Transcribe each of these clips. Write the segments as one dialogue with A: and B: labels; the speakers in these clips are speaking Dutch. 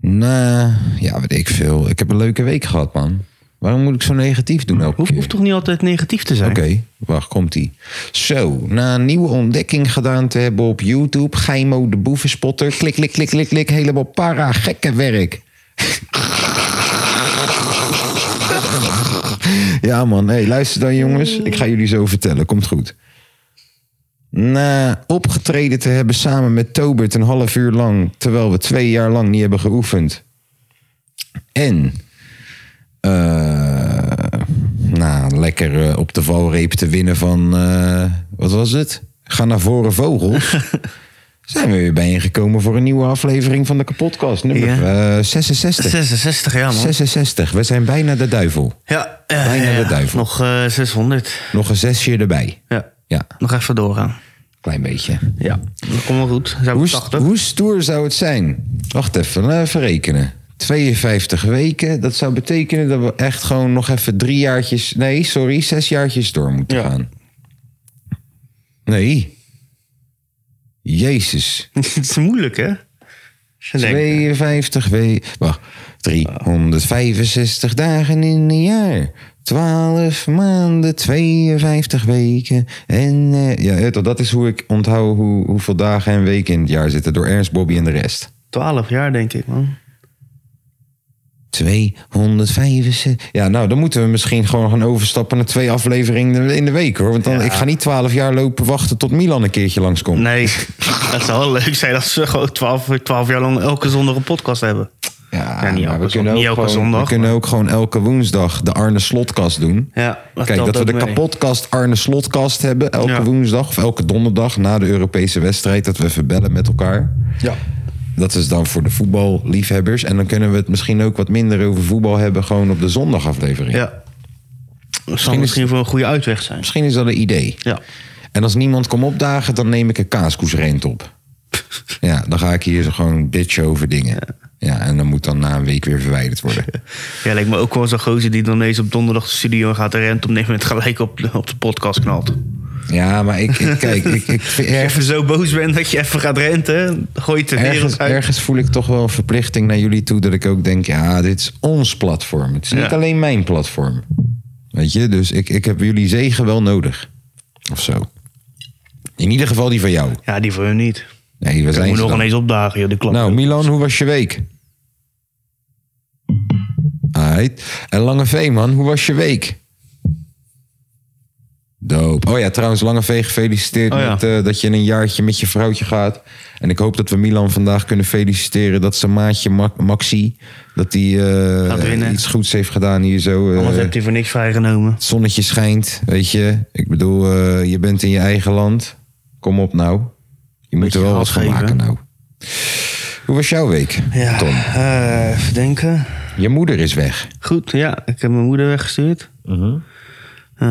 A: Nou, ja, weet ik veel. Ik heb een leuke week gehad, man. Waarom moet ik zo negatief doen elke
B: Hoeft,
A: keer?
B: hoeft toch niet altijd negatief te zijn?
A: Oké, wacht, komt-ie. Zo, na een nieuwe ontdekking gedaan te hebben op YouTube... Geimo de boevenspotter, klik, klik, klik, klik, klik... helemaal para, gekke werk. ja, man, hey, luister dan, jongens. Ik ga jullie zo vertellen, komt goed. Na opgetreden te hebben samen met Tobert een half uur lang... terwijl we twee jaar lang niet hebben geoefend. En eh, nou, lekker eh, op de valreep te winnen van, eh, wat was het? Ga naar voren vogels. Zijn we weer bijeengekomen voor een nieuwe aflevering van de kapotkast. Nummer eh, 66.
B: 66, ja man.
A: 66. We zijn bijna de duivel.
B: Ja, eh,
A: Bijna de
B: ja,
A: duivel.
B: Nog eh, 600.
A: Nog een zesje erbij.
B: Ja.
A: Ja,
B: Nog even doorgaan.
A: klein beetje.
B: Ja, dat komt wel goed. Zijn
A: Hoe,
B: we
A: st-
B: 80?
A: hoe stoer zou het zijn? Wacht even, laten we even rekenen. 52 weken, dat zou betekenen dat we echt gewoon nog even drie jaartjes... Nee, sorry, zes jaartjes door moeten
B: Ja.
A: gaan. Nee. Jezus.
B: het is moeilijk, hè? Als je denkt,
A: 52 weken... Wacht, 365 dagen in een jaar. 12 maanden, 52 weken. En eh, ja, eh, dat is hoe ik onthoud hoe, hoeveel dagen en weken in het jaar zitten... door Ernst, Bobby en de rest.
B: 12 jaar denk ik, man.
A: 265. Ja, nou, dan moeten we misschien gewoon gaan overstappen naar twee afleveringen in de week hoor. Want dan,
B: Ja.
A: ik ga niet 12 jaar lopen wachten tot Milan een keertje langskomt.
B: Nee, dat zou wel leuk zijn als we gewoon 12, 12 jaar lang elke zondag een podcast hebben.
A: Ja,
B: Ja, niet
A: maar
B: elke
A: we
B: zon-
A: kunnen, ook
B: niet elke
A: gewoon,
B: zondag,
A: we kunnen ook gewoon elke woensdag de Arne Slotkast doen.
B: Ja, dat
A: Kijk,
B: telt
A: dat we
B: ook
A: de
B: mee.
A: kapotkast Arne Slotkast hebben elke
B: Ja.
A: woensdag of elke donderdag na de Europese wedstrijd. Dat we even bellen met elkaar.
B: Ja.
A: Dat is dan voor de voetballiefhebbers. En dan kunnen we het misschien ook wat minder over voetbal hebben gewoon op de zondagaflevering.
B: Ja. Dat zou
A: is-
B: misschien voor een goede uitweg zijn.
A: Misschien is dat een idee.
B: Ja.
A: En als niemand komt opdagen, dan neem ik een kaaskoesrent op. Ja, dan ga ik hier zo gewoon bitchen over dingen. Ja, en dan moet dan na een week weer verwijderd worden.
B: Ja, lijkt me ook wel zo'n gozer die dan ineens op donderdag de studio in gaat en rent op een gegeven moment gelijk op de, op de podcast knalt.
A: Ja, maar ik, ik kijk, ik, ik vind
B: Als je
A: ergens,
B: even zo boos bent dat je even gaat renten, gooi je het de
A: ergens,
B: wereld uit.
A: ergens voel ik toch wel een verplichting naar jullie toe... dat ik ook denk, ja, dit is ons platform. Het is niet
B: Ja.
A: alleen mijn platform. Weet je, dus ik, ik heb jullie zegen wel nodig. Of zo. In ieder geval die van jou.
B: Ja, die voor hun niet.
A: Nee, we
B: Ik
A: zijn
B: moet
A: ze
B: nog
A: dan.
B: ineens opdagen, joh, die klap.
A: Nou, Milan, hoe was je week? Aight. En Lange V, man, hoe was je week? Doop. Oh ja, trouwens, Lange V, gefeliciteerd
B: Oh ja.
A: met, eh, dat je in een jaartje met je vrouwtje gaat. En ik hoop dat we Milan vandaag kunnen feliciteren dat zijn maatje Ma- Maxi, dat hij eh,
B: Gaat winnen.
A: iets goeds heeft gedaan hier zo. eh,
B: Anders hebt hij voor niks vrijgenomen.
A: het zonnetje schijnt, weet je. Ik bedoel, eh, je bent in je eigen land. Kom op nou. Je moet
B: Beetje
A: er wel wat
B: gas
A: van
B: geven.
A: maken nou. Hoe was jouw week,
B: Ja,
A: Tom?
B: eh, even denken.
A: Je moeder is weg.
B: Goed, ja, ik heb mijn moeder weggestuurd. Eh,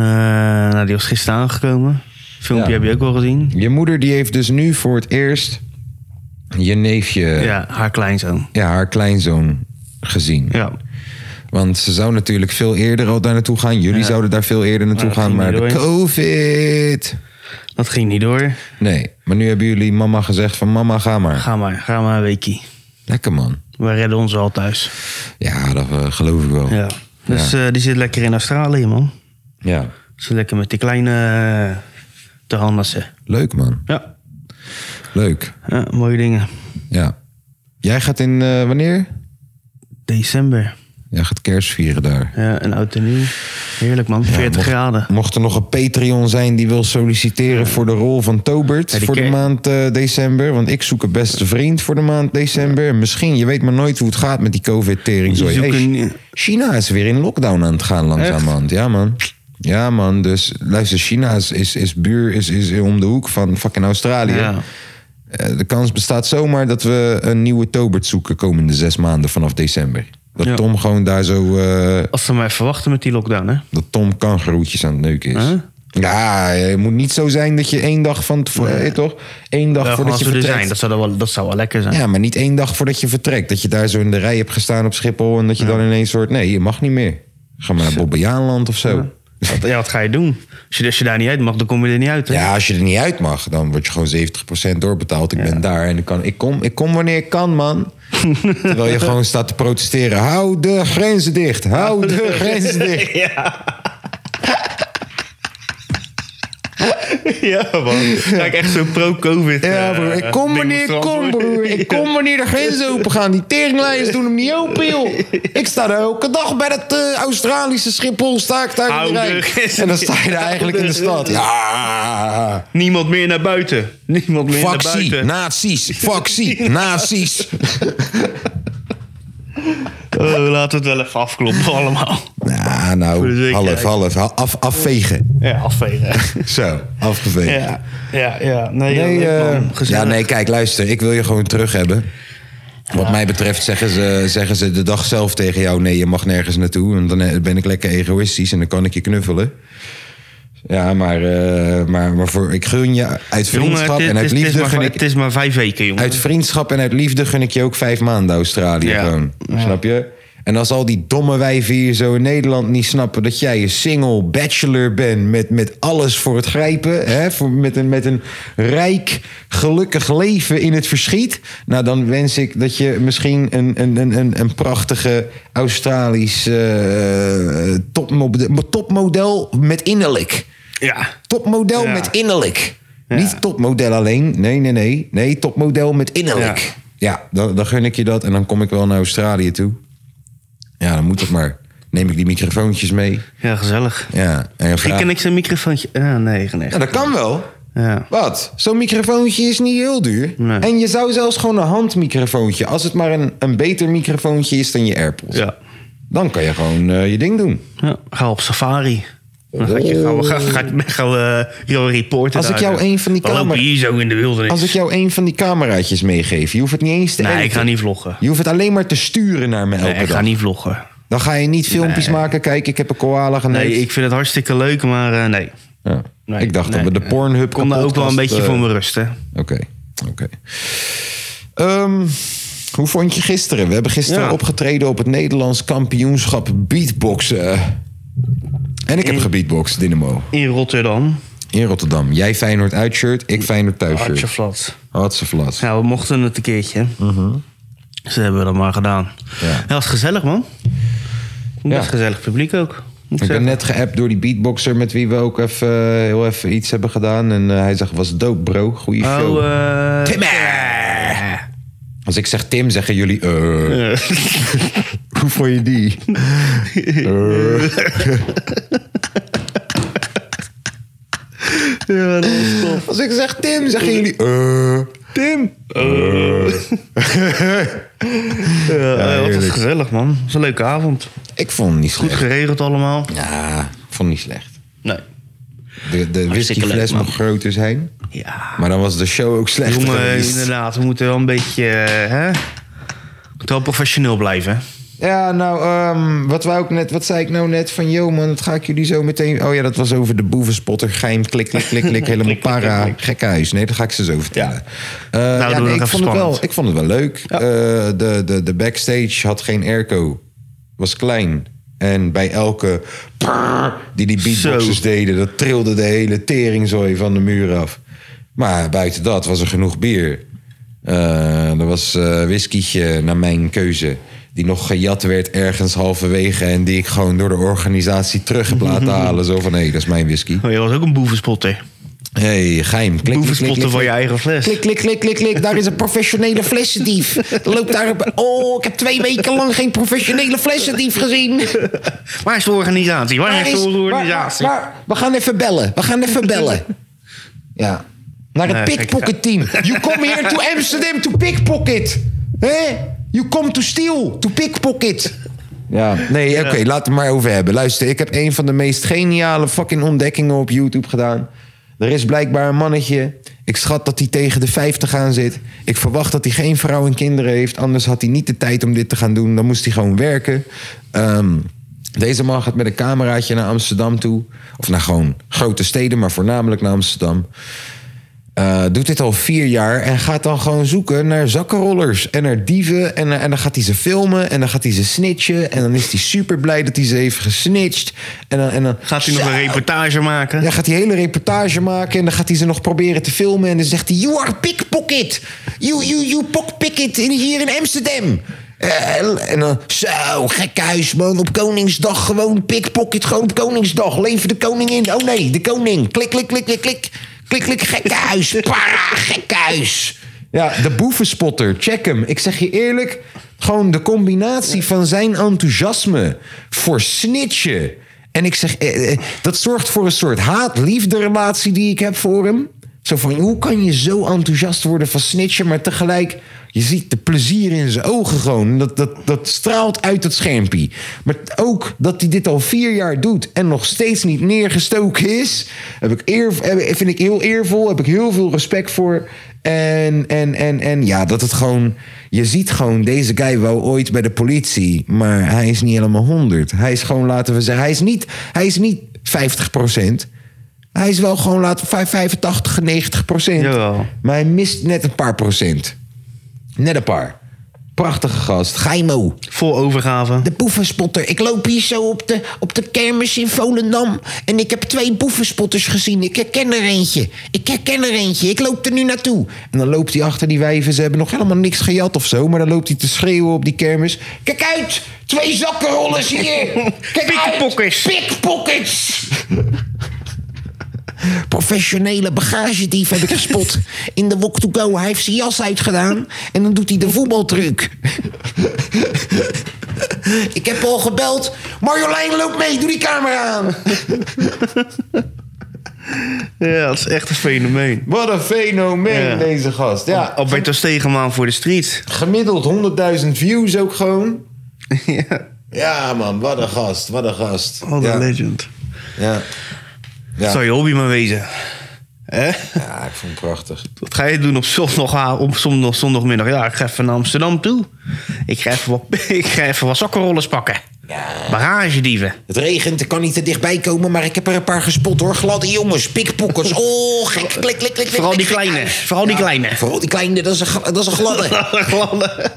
B: nou, die was gisteren aangekomen. Filmpje
A: Ja.
B: heb je ook wel gezien.
A: Je moeder die heeft dus nu voor het eerst je neefje, ja.
B: Ja, haar kleinzoon.
A: haar kleinzoon, gezien.
B: Ja,
A: Want ze zou natuurlijk veel eerder al daar naartoe gaan. Jullie
B: Ja.
A: zouden daar veel eerder naartoe
B: Maar dat
A: gaan,
B: ging
A: maar de
B: niet
A: COVID.
B: dat ging niet door.
A: Nee, maar nu hebben jullie mama gezegd van mama, ga maar.
B: Ga maar, ga maar een weekie.
A: Lekker man.
B: We redden ons wel thuis.
A: Ja, dat eh, geloof ik wel.
B: Ja. Dus eh, die zit lekker in Australië, man.
A: ja.
B: Zit lekker met die kleine eh, te handassen.
A: Leuk man.
B: Ja.
A: Leuk.
B: ja, mooie dingen.
A: Ja. Jij gaat in eh, wanneer?
B: December.
A: Jij gaat kerst vieren daar.
B: Ja, een oud en nieuw. Heerlijk, man. 40
A: mocht-
B: graden.
A: Mocht er nog een Patreon zijn die wil solliciteren voor de rol van Tobert
B: Ja, die
A: voor de
B: ker-
A: maand eh, december. Want ik zoek een beste vriend voor de maand december. En Misschien, je weet maar nooit hoe het gaat met die COVID-tering.
B: Je zoekt
A: Hey,
B: een-
A: China is weer in lockdown aan het gaan langzamerhand. Ja man. Ja man, dus luister, China is, is, is buur, is, is om de hoek van fucking Australië.
B: Ja.
A: Eh, De kans bestaat zomaar dat we een nieuwe Tobert zoeken komende zes maanden vanaf december. Dat
B: Ja.
A: Tom gewoon daar zo eh,
B: Als ze maar even wachten met die lockdown, hè?
A: dat Tom kangeroetjes aan het neuken is.
B: Huh?
A: Ja, het moet niet zo zijn dat je één dag van tevoren, eh, toch? Eén dag
B: Wel,
A: voordat
B: als
A: je
B: we er
A: vertrekt.
B: zijn, dat zou, dan wel, dat zou wel lekker zijn.
A: Ja, maar niet één dag voordat je vertrekt. Dat je daar zo in de rij hebt gestaan op Schiphol en dat je dan ineens hoort, nee, je mag niet meer. Ga maar naar Bobbejaanland of zo.
B: Wat, ja, wat ga je doen? Als je, als je daar niet uit mag, dan kom je er niet uit. Hè?
A: Ja, als je er niet uit mag, dan word je gewoon 70% doorbetaald. Ik ben daar en ik, kan, ik, kom, ik kom wanneer ik kan, man. Terwijl je gewoon staat te protesteren. Hou de grenzen dicht. Hou de grenzen dicht.
B: Ja, man. Ga ik echt zo pro-covid.
A: Ja,
B: eh,
A: broer. Ik kom
B: ding
A: wanneer ik kom,
B: verantwoorden.
A: broer. Ik kom wanneer de grenzen open gaan. Die teringlijns doen hem niet open, joh. Ik sta er elke dag bij dat eh, Australische Schiphol. Sta ik daar in de
B: Hou de
A: rij.
B: grenzen
A: En dan sta je daar eigenlijk in de stad. Ja.
B: Niemand meer naar buiten. Niemand meer naar
A: Factie,
B: buiten.
A: nazi's. Factie, nazi's.
B: Oh, laten we het wel even afkloppen allemaal.
A: Nou,
B: Voor de
A: nou, half,
B: zekerheid.
A: half. Ha- Af, afvegen.
B: Ja, afvegen.
A: Zo, afgevegen.
B: Ja, ja, ja. Nee,
A: Nee,
B: ja,
A: eh,
B: leuk, man. Gezellig.
A: ja, nee, kijk, luister. Ik wil je gewoon terug hebben. Wat mij betreft zeggen ze, zeggen ze de dag zelf tegen jou... nee, je mag nergens naartoe. En dan eh, ben ik lekker egoïstisch en dan kan ik je knuffelen. Ja, maar, eh, maar, maar voor, ik gun je uit
B: Jongen,
A: vriendschap
B: het,
A: en
B: is-
A: uit
B: het, is
A: liefde...
B: maar,
A: Gun
B: het
A: ik,
B: is maar vijf weken, jongen.
A: uit vriendschap en uit liefde gun ik je ook vijf maanden Australië
B: Ja.
A: gewoon. Snap je? En als al die domme wijven hier zo in Nederland niet snappen... dat jij een single bachelor bent met, met alles voor het grijpen... Hè? Voor, met, een, met een rijk, gelukkig leven in het verschiet... nou, dan wens ik dat je misschien een, een, een, een, een prachtige Australisch eh, topmodel, topmodel met innerlijk...
B: Ja.
A: Topmodel
B: Ja.
A: met innerlijk.
B: Ja.
A: Niet topmodel alleen. Nee, nee, nee. Nee, topmodel met innerlijk.
B: Ja.
A: Ja, dan, dan gun ik je dat. En dan kom ik wel naar Australië toe. Ja, dan moet het maar. Neem ik die microfoontjes mee.
B: ja, gezellig.
A: Ja, en
B: Ik
A: vraag...
B: ken ik zijn microfoontje. Ah, nee, nee.
A: Ja, dat kan wel.
B: Ja.
A: Wat? Zo'n microfoontje is niet heel duur.
B: Nee.
A: En je zou zelfs gewoon een handmicrofoontje... als het maar een, een beter microfoontje is dan je AirPods.
B: Ja.
A: Dan kan je gewoon eh, je ding doen.
B: ja. Ga op safari. Dan ga je, gaan we, gaan, gaan, gaan we jou reporten.
A: Oh. Als ik
B: daar.
A: jou een van die
B: We lopen
A: camera-
B: hier zo in de wildernis.
A: Als ik jou een van die cameraatjes meegeef... je hoeft het niet eens te
B: Nee, ik
A: editen.
B: ga niet vloggen.
A: Je hoeft het alleen maar te sturen naar me elke
B: Nee, ik
A: dag.
B: ga niet vloggen.
A: Dan ga je niet filmpjes
B: Nee.
A: maken. Kijk, ik heb een koala geneukt.
B: Nee, ik vind het hartstikke leuk, maar eh, nee.
A: Ja.
B: nee.
A: ik dacht
B: nee,
A: dat we de
B: nee.
A: Pornhub
B: Kom daar ook wel een
A: podcast,
B: beetje
A: eh,
B: voor mijn rust, hè.
A: Oké, oké. Ehm, hoe vond je gisteren? We hebben gisteren
B: Ja.
A: opgetreden op het Nederlands kampioenschap beatboxen. En ik heb
B: In-
A: gebeatboxed, Dynamo.
B: In Rotterdam.
A: In Rotterdam. Jij Feyenoord uitshirt, ik Feyenoord thuisshirt.
B: Hartjeflat.
A: Hartse flat.
B: Ja, we mochten het een keertje. Ze hebben dat maar gedaan.
A: Mhm. Ja.
B: Ja, was gezellig, man. Best
A: Ja.
B: gezellig publiek ook. Moet
A: Ik
B: zeggen.
A: ben net geappt door die beatboxer met wie we ook even, eh, heel even iets hebben gedaan. En eh, hij zegt, was dope bro, goede show.
B: Oh, eh,
A: Als ik zeg Tim, zeggen jullie... eh.
B: eh,
A: Hoe vond je die? Eh.
B: ja, dat was tof.
A: Als ik zeg Tim, zeggen jullie... eh. Tim.
B: Eh, Ja, eh, wat was
A: heerlijk.
B: gezellig, man. Het was een leuke avond.
A: Ik vond het niet
B: Goed
A: slecht.
B: geregeld allemaal.
A: Ja, ik vond het niet slecht.
B: Nee.
A: De, de whiskyfles
B: leuk, man.
A: mocht groter zijn.
B: Ja.
A: Maar dan was de show ook slecht
B: Jongen,
A: geweest.
B: inderdaad, we moeten wel een beetje... eh, hè? We moeten wel professioneel blijven.
A: Ja, nou, ehm, wat, wou ik net, wat zei ik nou net van... Yo man, dat ga ik jullie zo meteen... Oh ja, dat was over de boevenspotter. Geheim, klik, klik, klik, klik. Helemaal para. Gekhuis. Nee, dat ga ik ze zo vertellen. Eh,
B: Nou, doen we nog
A: ik,
B: even
A: vond het wel,
B: spannend.
A: ik vond het wel leuk. Eh, de, de, de backstage had geen airco. Was klein. En bij elke... prrr die die beatboxers
B: Zo.
A: deden... dat trilde de hele teringzooi van de muur af. Maar buiten dat was er genoeg bier. Eh, er was eh whiskytje naar mijn keuze. Die nog gejat werd ergens halverwege. En die ik gewoon door de organisatie terug heb laten halen. Zo van, hé, dat is mijn whisky.
B: Oh, je was ook een boevenspotter.
A: Hé, hey, geheim. Klik, klik, klik,
B: Boevenspotter
A: klik,
B: van je
A: klik.
B: eigen fles.
A: Klik, klik, klik, klik, klik. Daar is een professionele flessendief. Er Loopt daar... op- Oh, ik heb twee weken lang geen professionele flessendief gezien.
B: Waar is de organisatie? Waar,
A: Waar
B: is
A: is-
B: de
A: waar-
B: organisatie?
A: waar- waar- we gaan even bellen. We gaan even bellen. Ja. Naar het
B: Nee,
A: pickpocket team. You come here to Amsterdam to pickpocket. Hè? You come to steal, to pickpocket. Ja, nee, oké, laat het maar over hebben. Luister, ik heb een van de meest geniale fucking ontdekkingen op YouTube gedaan. Er is blijkbaar een mannetje Ik schat dat hij tegen de 50 aan zit. Ik verwacht dat hij geen vrouw en kinderen heeft. Anders had hij niet de tijd om dit te gaan doen. Dan moest hij gewoon werken. Ehm, deze man gaat met een cameraatje naar Amsterdam toe. Of naar gewoon grote steden, maar voornamelijk naar Amsterdam. Eh, doet dit al vier jaar en gaat dan gewoon zoeken naar zakkenrollers en naar dieven. En, en dan gaat hij ze filmen en dan gaat hij ze snitchen. En dan is hij super blij dat hij ze heeft gesnitcht. En dan, en dan
B: Gaat hij nog een reportage maken?
A: ja, gaat hij hele reportage maken en dan gaat hij ze nog proberen te filmen. En dan zegt hij, you are pickpocket. You, you, you pockpicket in, hier in Amsterdam. Eh, en dan, zo, gekhuis man, op Koningsdag gewoon pickpocket. Gewoon op Koningsdag, lever de koning in. Oh nee, de koning. Klik, klik, klik, klik, klik. Klik, klik, gekhuis. Para, gekhuis. Ja, de boevenspotter, check hem. Ik zeg je eerlijk, gewoon de combinatie van zijn enthousiasme voor snitchen... En ik zeg, eh, eh, dat zorgt voor een soort haat-liefde relatie die ik heb voor hem. Zo van, hoe kan je zo enthousiast worden van snitchen, maar tegelijk, je ziet de plezier in zijn ogen gewoon. Dat, dat, dat straalt uit het schermpje. Maar ook dat hij dit al vier jaar doet en nog steeds niet neergestoken is, heb ik eer, heb- vind ik heel eervol, heb ik heel veel respect voor. En, en, en, en ja, dat het gewoon. Je ziet gewoon, deze guy wou ooit bij de politie. Maar hij is niet helemaal 100. Hij is gewoon, laten we zeggen, hij is niet, hij is niet 50%. Hij is wel gewoon, laten we 85, 90
B: Jawel.
A: Maar hij mist net een paar procent. Net een paar. Prachtige gast. Gaimo.
B: Vol overgave.
A: De boevenspotter. Ik loop hier zo op de, op de kermis in Volendam. En ik heb twee boevenspotters gezien. Ik herken er eentje. Ik herken er eentje. Ik loop er nu naartoe. En dan loopt hij achter die wijven. Ze hebben nog helemaal niks gejat of zo. Maar dan loopt hij te schreeuwen op die kermis. Kijk uit! Twee zakkenrollers hier! Kijk uit!
B: Pickpockets.
A: Pickpockets! professionele bagagedief heb ik gespot. In de walk to go. Hij heeft zijn jas uitgedaan. En dan doet hij de voetbaltruc. ik heb al gebeld. Marjolein, loop mee. Doe die camera aan.
B: Ja, dat is echt een fenomeen.
A: Wat een fenomeen,
B: Ja.
A: deze gast. Ja,
B: Alberto Stegemaan voor de street.
A: gemiddeld 100.000 views ook gewoon.
B: ja,
A: Ja, man. Wat een gast. Wat een gast.
B: wat een
A: ja.
B: Oh, legend.
A: Ja. Ja.
B: Zou je hobby maar wezen. Hè?
A: ja, ik vond het prachtig.
B: Wat ga je doen op, zondag, op zondag, zondagmiddag? Ja, ik ga even naar Amsterdam toe. Ik ga even wat, ik ga even wat zakkenrollers pakken.
A: Ja.
B: Barragedieven.
A: Het regent, ik kan niet te dichtbij komen, maar ik heb er een paar gespot hoor. Gladde jongens, pikpokkers. Oh, gek, klik, klik, klik, klik.
B: Vooral die
A: klik, klik.
B: kleine. Vooral Oh, die kleine.
A: Vooral die kleine, dat is een, gla- dat is een gladde.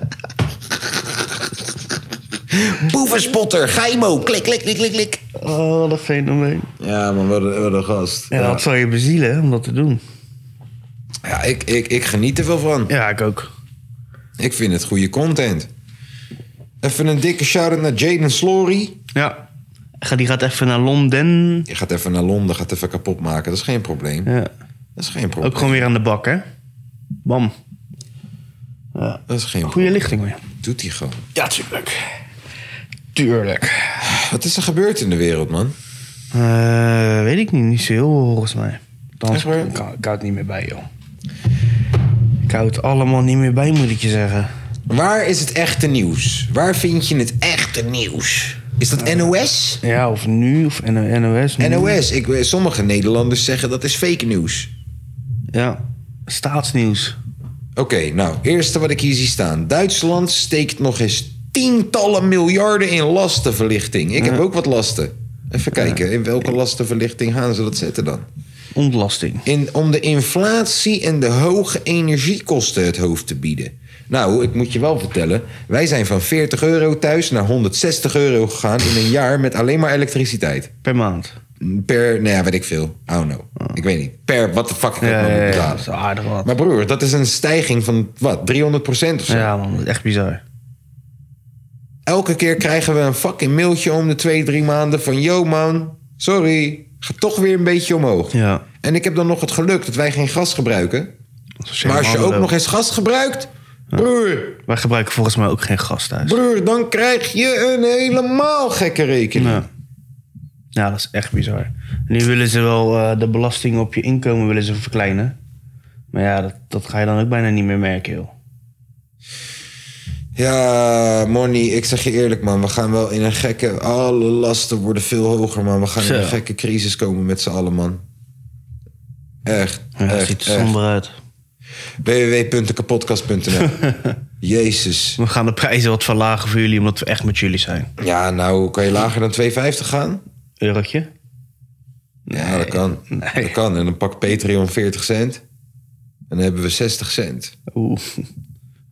A: Boevenspotter, Geimo, klik, klik, klik, klik, klik.
B: Oh, wat een fenomeen.
A: Ja, man, wat een, gast.
B: Ja, dat zou je bezielen hè, om dat te doen.
A: Ja, ik, ik, ik geniet er wel van.
B: Ja, ik ook.
A: Ik vind het goede content. Even een dikke shout-out naar Jaden Slory.
B: Ja. Ga- Die gaat even naar Londen.
A: Je gaat even naar Londen, gaat even kapot maken. Dat is geen probleem.
B: Ja.
A: Dat is geen probleem.
B: Ook gewoon weer aan de bak, hè? Bam.
A: Dat is geen probleem.
B: Goede lichting weer.
A: Doet hij gewoon.
B: Ja, tuurlijk. Tuurlijk.
A: Wat is er gebeurd in de wereld, man?
B: Eh, weet ik niet, niet zo heel veel, volgens mij. Althans,
A: Echt waar?
B: ik, hou- ik hou het niet meer bij, joh. Ik hou het allemaal niet meer bij, moet ik je zeggen.
A: Waar is het echte nieuws? Waar vind je het echte nieuws? Is dat NOS?
B: Ja, of nu, of N- NOS. nu.
A: NOS. Ik, weet- sommige Nederlanders zeggen dat is fake nieuws.
B: Ja, staatsnieuws.
A: Oké, nou, eerste wat ik hier zie staan. Duitsland steekt nog eens tientallen miljarden in lastenverlichting. Ik heb ook wat lasten. Even kijken, in welke lastenverlichting gaan ze dat zetten dan?
B: Ontlasting.
A: In, om de inflatie en de hoge energiekosten het hoofd te bieden. Nou, ik moet je wel vertellen, wij zijn van 40 euro thuis naar 160 euro gegaan in een jaar met alleen maar elektriciteit.
B: Per maand.
A: Per, nou ja, weet ik veel. I don't know. Ik weet niet. Per, wat de fuck ik ook
B: Ja,
A: maar moet
B: ja, ja,
A: betalen.
B: dat is aardig wat.
A: Maar broer, dat is een stijging van wat? 300 procent of zo.
B: Ja, man, dat is echt bizar.
A: Elke keer krijgen we een fucking mailtje om de twee, drie maanden van... Yo man, sorry, gaat toch weer een beetje omhoog.
B: Ja.
A: En ik heb dan nog het geluk dat wij geen gas gebruiken. Maar als je ook nog eens gas gebruikt... Broer,
B: Wij gebruiken volgens mij ook geen gas thuis.
A: broer, dan krijg je een helemaal gekke rekening.
B: Ja. ja, dat is echt bizar. Nu willen ze wel eh, de belasting op je inkomen willen ze verkleinen. Maar ja, dat, dat ga je dan ook bijna niet meer merken, joh.
A: Ja, Money, ik zeg je eerlijk, man. We gaan wel in een gekke. Alle lasten worden veel hoger, man. We gaan
B: Zo.
A: in een gekke crisis komen met z'n allen, man.
C: Echt.
B: Ja, dat
C: echt,
B: ziet er
C: echt.
B: somber uit.
C: www.dekapodcast.nl Jezus.
B: We gaan de prijzen wat verlagen voor jullie, omdat we echt met jullie zijn.
C: Ja, nou, kan je lager dan 2,50 gaan?
B: Eurotje?
C: Ja, dat kan.
B: Nee.
C: Dat kan. En dan pakt Patreon 40 cent. En dan hebben we 60 cent.
B: Oeh.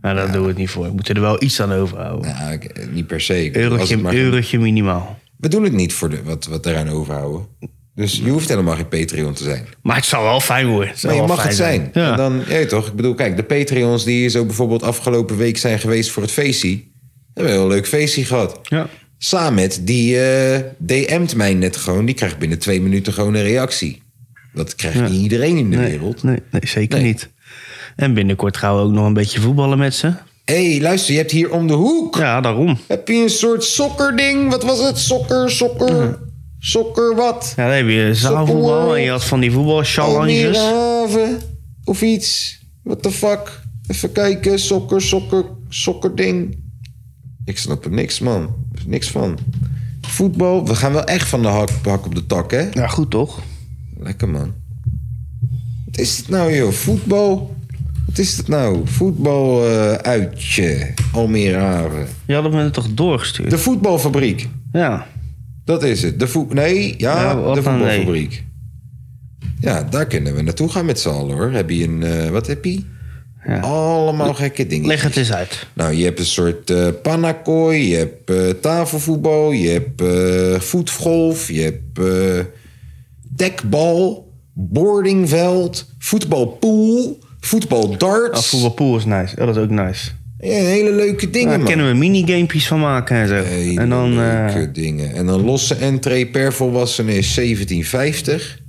B: Nou, daar doen we het niet voor. We moeten er wel iets aan overhouden.
C: Nou, ik- eh, niet per se. Ik bedoel, als het
B: Eurotje,
C: maar-
B: eurotje minimaal.
C: We doen het niet voor de, wat, wat eraan overhouden. Dus je hoeft helemaal geen Patreon te zijn.
B: Maar het zou wel fijn worden. Het zou
C: Maar je
B: wel
C: mag
B: fijn
C: het zijn.
B: Ja.
C: En dan, ja, toch? Ik bedoel, kijk, de Patreons die zo bijvoorbeeld afgelopen week zijn geweest voor het feestje. Hebben we een heel leuk feestje gehad.
B: Ja.
C: Samet, die eh, DM't mij net gewoon. Die krijgt binnen twee minuten gewoon een reactie. Dat krijgt niet iedereen in de
B: nee,
C: wereld.
B: Nee, nee, zeker
C: Nee.
B: niet. En binnenkort gaan we ook nog een beetje voetballen met ze.
C: Hé, hey, luister, je hebt hier om de hoek.
B: Ja, daarom.
C: Heb je een soort sokkerding? Wat was het? Sokker, sokker, sokker wat?
B: Ja, dan heb je zaalvoetbal en je had van die
C: Almere
B: voetbalchallenges.
C: Haven of iets. What the fuck? Even kijken. Sokker, sokker, sokkerding. Ik snap er niks, man. Niks van. Voetbal. We gaan wel echt van de hak, hak op de tak, hè?
B: Ja, goed toch?
C: Lekker, man. Wat is dit nou, joh? Voetbal. Wat is dit nou? Voetbal eh, uitje. Almere Haven.
B: Je had hem toch doorgestuurd?
C: De voetbalfabriek.
B: Ja.
C: Dat is het. De voet... Nee, ja,
B: Ja, wat
C: de
B: dan? Nee.
C: voetbalfabriek. Ja, daar kunnen we naartoe gaan met z'n allen hoor. Heb je een, eh, wat heb je?
B: Ja.
C: Allemaal gekke dingen.
B: Leg het eens uit.
C: Nou, je hebt een soort eh pannakooi, je hebt eh, tafelvoetbal, je hebt eh, voetgolf, je hebt eh, dekbal, boardingveld, voetbalpool,
B: Ah,
C: voetbaldarts.
B: voetbalpool is nice. Oh, dat is ook nice.
C: Ja, hele leuke dingen,
B: Daar
C: man.
B: kunnen we minigapjes van maken en zo.
C: Hele
B: en dan... eh,
C: leuke dingen. En dan losse entree per volwassene is 17,50.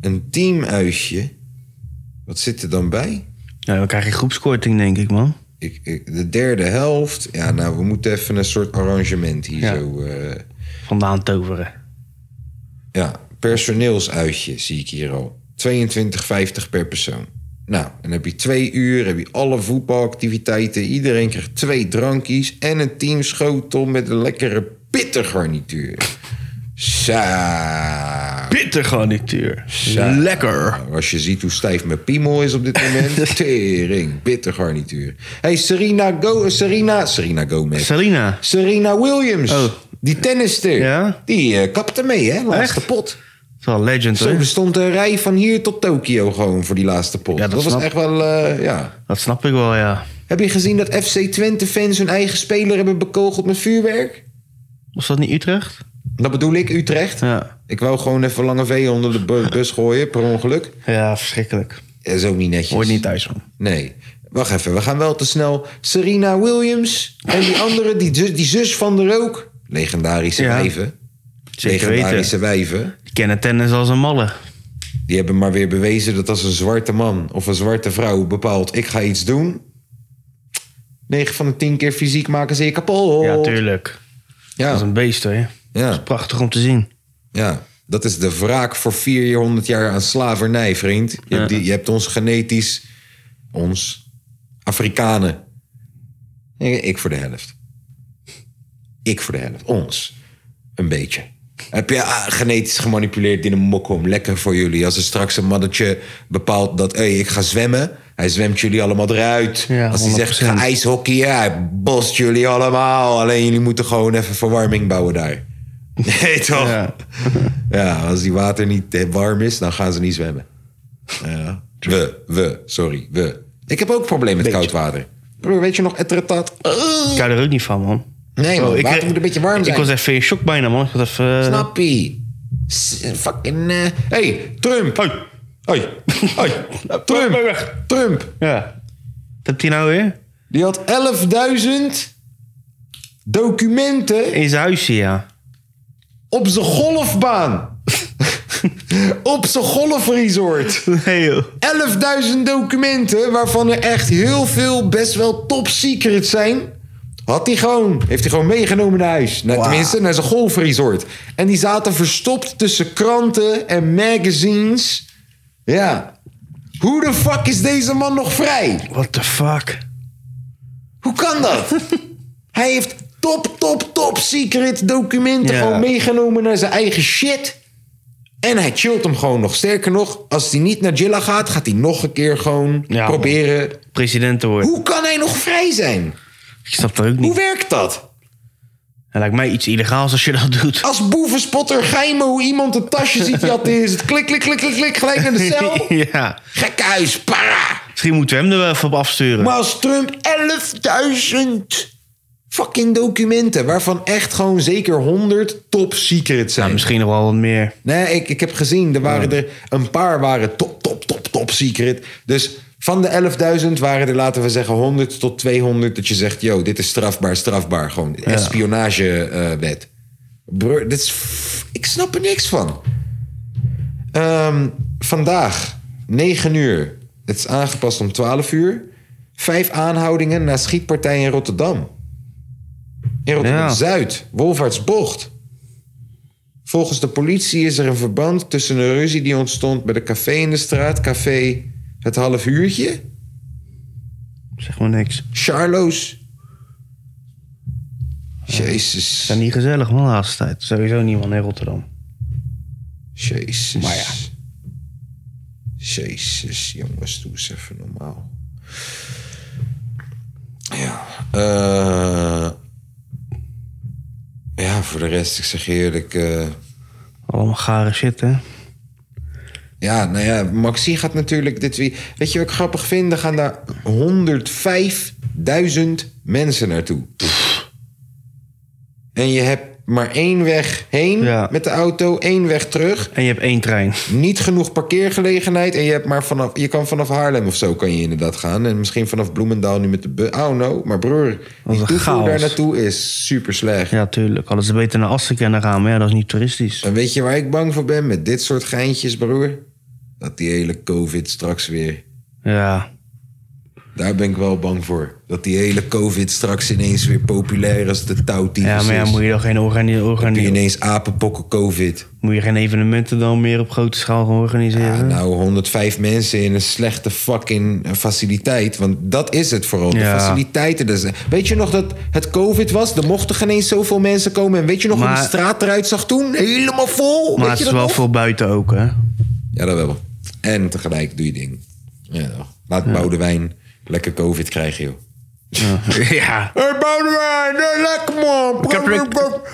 C: Een teamuisje. Wat zit er dan bij?
B: ja, dan krijg je groepskorting, denk ik, man.
C: Ik, ik- de derde helft. Ja, nou, we moeten even een soort arrangement hier
B: Ja.
C: zo... eh,
B: Vandaan toveren.
C: ja, personeelsuitje zie ik hier al. 22,50 per persoon. Nou, en dan heb je twee uur, heb je alle voetbalactiviteiten. Iedereen krijgt twee drankjes en een teamschotel met een lekkere pittengarnituur. Sa.
B: Bittergarnituur. Lekker.
C: Als je ziet hoe stijf mijn piemel is op dit moment. Tering, bitter garnituur. hey, Serena, Go, Serena, Serena Gomez.
B: Salina.
C: Serena Williams.
B: Oh.
C: Die tennister.
B: Ja?
C: Die eh, kapte mee, hè? Laatste
B: Echt?
C: pot.
B: Dat is wel legend,
C: Zo,
B: hoor.
C: er stond een rij van hier tot Tokio gewoon voor die laatste pot.
B: Ja,
C: dat
B: dat
C: was
B: snap-
C: echt wel, eh, ja.
B: Dat snap ik wel, ja.
C: Heb je gezien dat FC Twente fans hun eigen speler hebben bekogeld met vuurwerk?
B: Was dat niet Utrecht?
C: Dat bedoel ik, Utrecht.
B: Ja.
C: Ik wou gewoon even lange vee onder de bu- bus gooien, per ongeluk.
B: Ja, verschrikkelijk.
C: Dat is ook niet netjes.
B: Hoort niet thuis, man.
C: Nee. Wacht even, we gaan wel te snel. Serena Williams en die andere, die, zu- die zus van de rook. Legendarische
B: Ja,
C: wijven.
B: Zeker
C: Legendarische
B: weten.
C: wijven.
B: Die kennen tennis als een malle.
C: Die hebben maar weer bewezen dat als een zwarte man of een zwarte vrouw bepaalt... ik ga iets doen... 9 van de 10 keer fysiek maken ze je kapot.
B: Ja, tuurlijk. Dat is
C: Ja,
B: een beest, hè. Dat is
C: ja,
B: prachtig om te zien.
C: ja. Dat is de wraak voor 400 jaar aan slavernij, vriend. Je, hebt, die, je hebt ons genetisch... Ons. Afrikanen. Ik ik voor de helft. Ik voor de helft. Ons. Een beetje. Heb je ah, genetisch gemanipuleerd in een mokkom? Lekker voor jullie. Als er straks een mannetje bepaalt dat... hey, ik ga zwemmen. Hij zwemt jullie allemaal eruit.
B: Ja,
C: Als hij
B: 100%.
C: zegt, ga ijshockeyen. Hij bost jullie allemaal. Alleen jullie moeten gewoon even verwarming bouwen daar. Nee, toch? Ja.
B: Ja.
C: als die water niet eh, warm is, dan gaan ze niet zwemmen. Ja. We, we, sorry, we. Ik heb ook problemen met koud water. Broer, weet je nog, etretat?
B: Ik hou er ook niet van, man.
C: Nee, man,
B: Oh,
C: water moet een beetje warm zijn.
B: Ik was even in shock bijna, man. Ik was even... eh,
C: Snappie. S- Fucking. eh, Hey, Trump.
B: Hoi.
C: Hoi. Hoi.
B: Trump, ben
C: Trump.
B: weg.
C: Trump.
B: Ja. Wat heb je nou weer?
C: Die had 11.000 documenten
B: In zijn huisje, ja.
C: op zijn golfbaan. op zijn golfresort.
B: Nee, joh.
C: 11.000 documenten, waarvan er echt heel veel best wel top secret zijn. Had hij gewoon. Heeft hij gewoon meegenomen naar huis. Nou, Tenminste, naar zijn golfresort. En die zaten verstopt tussen kranten en magazines. Ja. Hoe de fuck is deze man nog vrij?
B: What the fuck?
C: Hoe kan dat? hij heeft top, top, top secret documenten
B: Ja.
C: gewoon meegenomen naar zijn eigen shit. En hij chillt hem gewoon nog. Sterker nog, als hij niet naar Jilla gaat, gaat hij nog een keer gewoon
B: Ja,
C: proberen.
B: President te worden.
C: Hoe kan hij nog vrij zijn?
B: Ik snap dat ook
C: Hoe
B: niet.
C: werkt dat?
B: Het lijkt mij iets illegaals als je dat doet.
C: Als boevenspotter geheimen hoe iemand een tasje ziet jatten is het klik, klik, klik, klik, klik, gelijk naar de cel.
B: ja.
C: Gekhuis, para!
B: Misschien moeten we hem er wel even op afsturen.
C: Maar als Trump 11.000 fucking documenten, waarvan echt gewoon zeker 100 top secret
B: Ja,
C: zijn.
B: misschien nog wel wat meer.
C: Nee, ik, ik heb gezien, er waren er een paar waren top, top, top, top secret. Dus van de 11.000 waren er, laten we zeggen, 100 tot 200 dat je zegt, yo, dit is strafbaar, strafbaar. Gewoon espionagewet. Broer, dit is, f- ik snap er niks van. Ehm, vandaag, 9 uur. Het is aangepast om 12 uur. Vijf aanhoudingen na schietpartij in Rotterdam. In Rotterdam-Zuid, Wolvaartsbocht. Volgens de politie is er een verband tussen een ruzie die ontstond bij de café in de straat, café Het Half Uurtje,
B: Zeg maar niks. Het
C: Charlo's. Jezus.
B: zijn niet gezellig man de laatste tijd. Sowieso niemand in Rotterdam.
C: Jezus.
B: Maar ja.
C: Jezus, jongens, doe eens even normaal. Ja. eh, ja, voor de rest, ik zeg je eerlijk. eh,
B: Allemaal gare shit hè.
C: Ja, nou ja, Maxi gaat natuurlijk dit week. Weet je wat ik grappig vind? Er gaan daar 105.000 mensen naartoe. En je hebt maar één weg heen
B: Ja.
C: met de auto, één weg terug.
B: En je hebt één trein.
C: Niet genoeg parkeergelegenheid. En je, hebt maar vanaf, je kan vanaf Haarlem of zo kan je inderdaad gaan. En misschien vanaf Bloemendaal nu met de bus. Oh no, maar broer,
B: is
C: die
B: een
C: toevoer
B: chaos.
C: daar naartoe is super slecht.
B: Ja tuurlijk. Hadden ze beter naar Assen kunnen gaan. Maar ja dat is niet toeristisch.
C: En weet je waar ik bang voor ben met dit soort geintjes, broer? Dat die hele COVID straks weer...
B: Ja.
C: Daar ben ik wel bang voor. Dat die hele COVID straks ineens weer populair als de touwtyfus
B: Ja maar ja
C: is.
B: moet je dan geen organi
C: Heb je
B: organi
C: ineens apenpokken COVID.
B: Moet je geen evenementen dan meer op grote schaal gaan organiseren?
C: Ja, nou, 105 mensen in een slechte fucking faciliteit. Want dat is het vooral.
B: Ja.
C: De faciliteiten. Dus, weet je nog dat het COVID was? Er mochten geen eens zoveel mensen komen. En weet je nog hoe
B: Maar-
C: de straat eruit zag toen? Helemaal vol.
B: maar
C: weet
B: het
C: je
B: is
C: dat
B: wel
C: nog?
B: veel buiten ook hè.
C: Ja, dat wel. En tegelijk doe je ding. Ja, toch. laat Boudewijn lekker COVID krijgen, joh.
B: ja.
C: Hé, hey, Boudewijn, eh, lekker man.
B: Ik heb, er,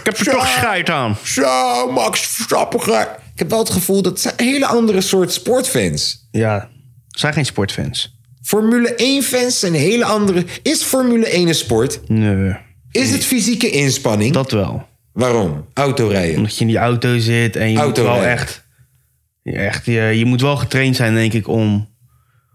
B: ik heb er toch scheid aan.
C: Zo, Max Verstappen. ga- Ik heb wel het gevoel dat het zijn hele andere soort sportfans.
B: Ja. Het zijn geen sportfans.
C: Formule 1-fans zijn hele andere... Is Formule 1 een sport?
B: Nee.
C: Is het fysieke inspanning?
B: Dat wel.
C: Waarom? Autorijden.
B: Omdat je in die auto zit en je
C: Auto,
B: moet wel
C: ja.
B: echt... je Echt je, je moet wel getraind zijn, denk ik, om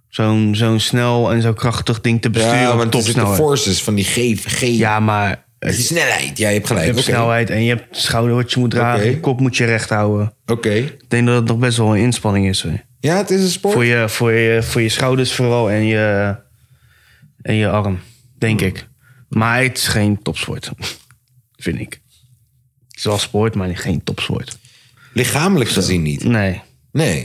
B: zo'n zo'n snel en zo krachtig ding te besturen
C: Ja,
B: op
C: want er zitten
B: topsnelheid.
C: forces van die G... G
B: Ja, maar
C: die
B: je
C: snelheid. Ja, je hebt gelijk.
B: hebt
C: Oké,
B: snelheid en je hebt het schouder wat je moet dragen.
C: Oké.
B: Je kop moet je recht houden.
C: Oké.
B: Ik denk dat het nog best wel een inspanning is. Hoor.
C: Ja, het is een sport.
B: Voor, je, voor, je, voor je schouders vooral en je, en je arm, denk ik. Maar het is geen topsport, vind ik. Het is wel sport, maar geen topsport.
C: Lichamelijk gezien niet.
B: Nee.
C: Nee.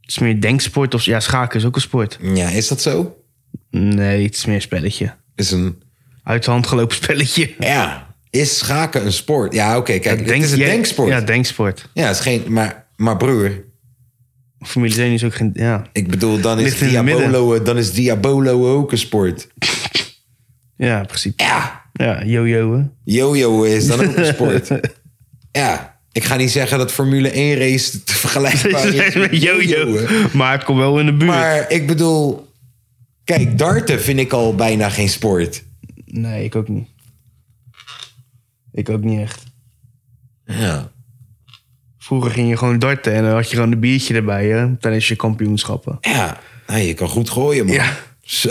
B: Het is meer denksport. Of, ja, schaken is ook een sport.
C: Ja, is dat zo?
B: Nee, het is meer spelletje.
C: Is een...
B: Uit de hand gelopen spelletje.
C: Ja. Is schaken een sport? Ja, oké. kijk, het is een
B: jij-
C: denksport.
B: Ja,
C: Ja,
B: denksport.
C: het is geen... Maar, maar broer,
B: Familie 1 is ook geen... Ja,
C: Ik bedoel, dan is,
B: Ligt in het
C: Diabolo, dan is Diabolo ook een sport.
B: ja in principe.
C: Ja.
B: Ja, yo-yo, hè.
C: Jojo is dan ook een sport. ja. Ik ga niet zeggen dat Formule 1 race te vergelijkbaar is met
B: Yo-yo.
C: jojoen.
B: Maar het komt wel in de buurt.
C: Maar ik bedoel... Kijk, darten vind ik al bijna geen sport.
B: Nee, ik ook niet. Ik ook niet echt.
C: Ja.
B: Vroeger ging je gewoon darten en dan had je gewoon een biertje erbij, hè. Tijdens je kampioenschappen.
C: Ja. Nou, je kan goed gooien, man.
B: Ja.
C: Zo,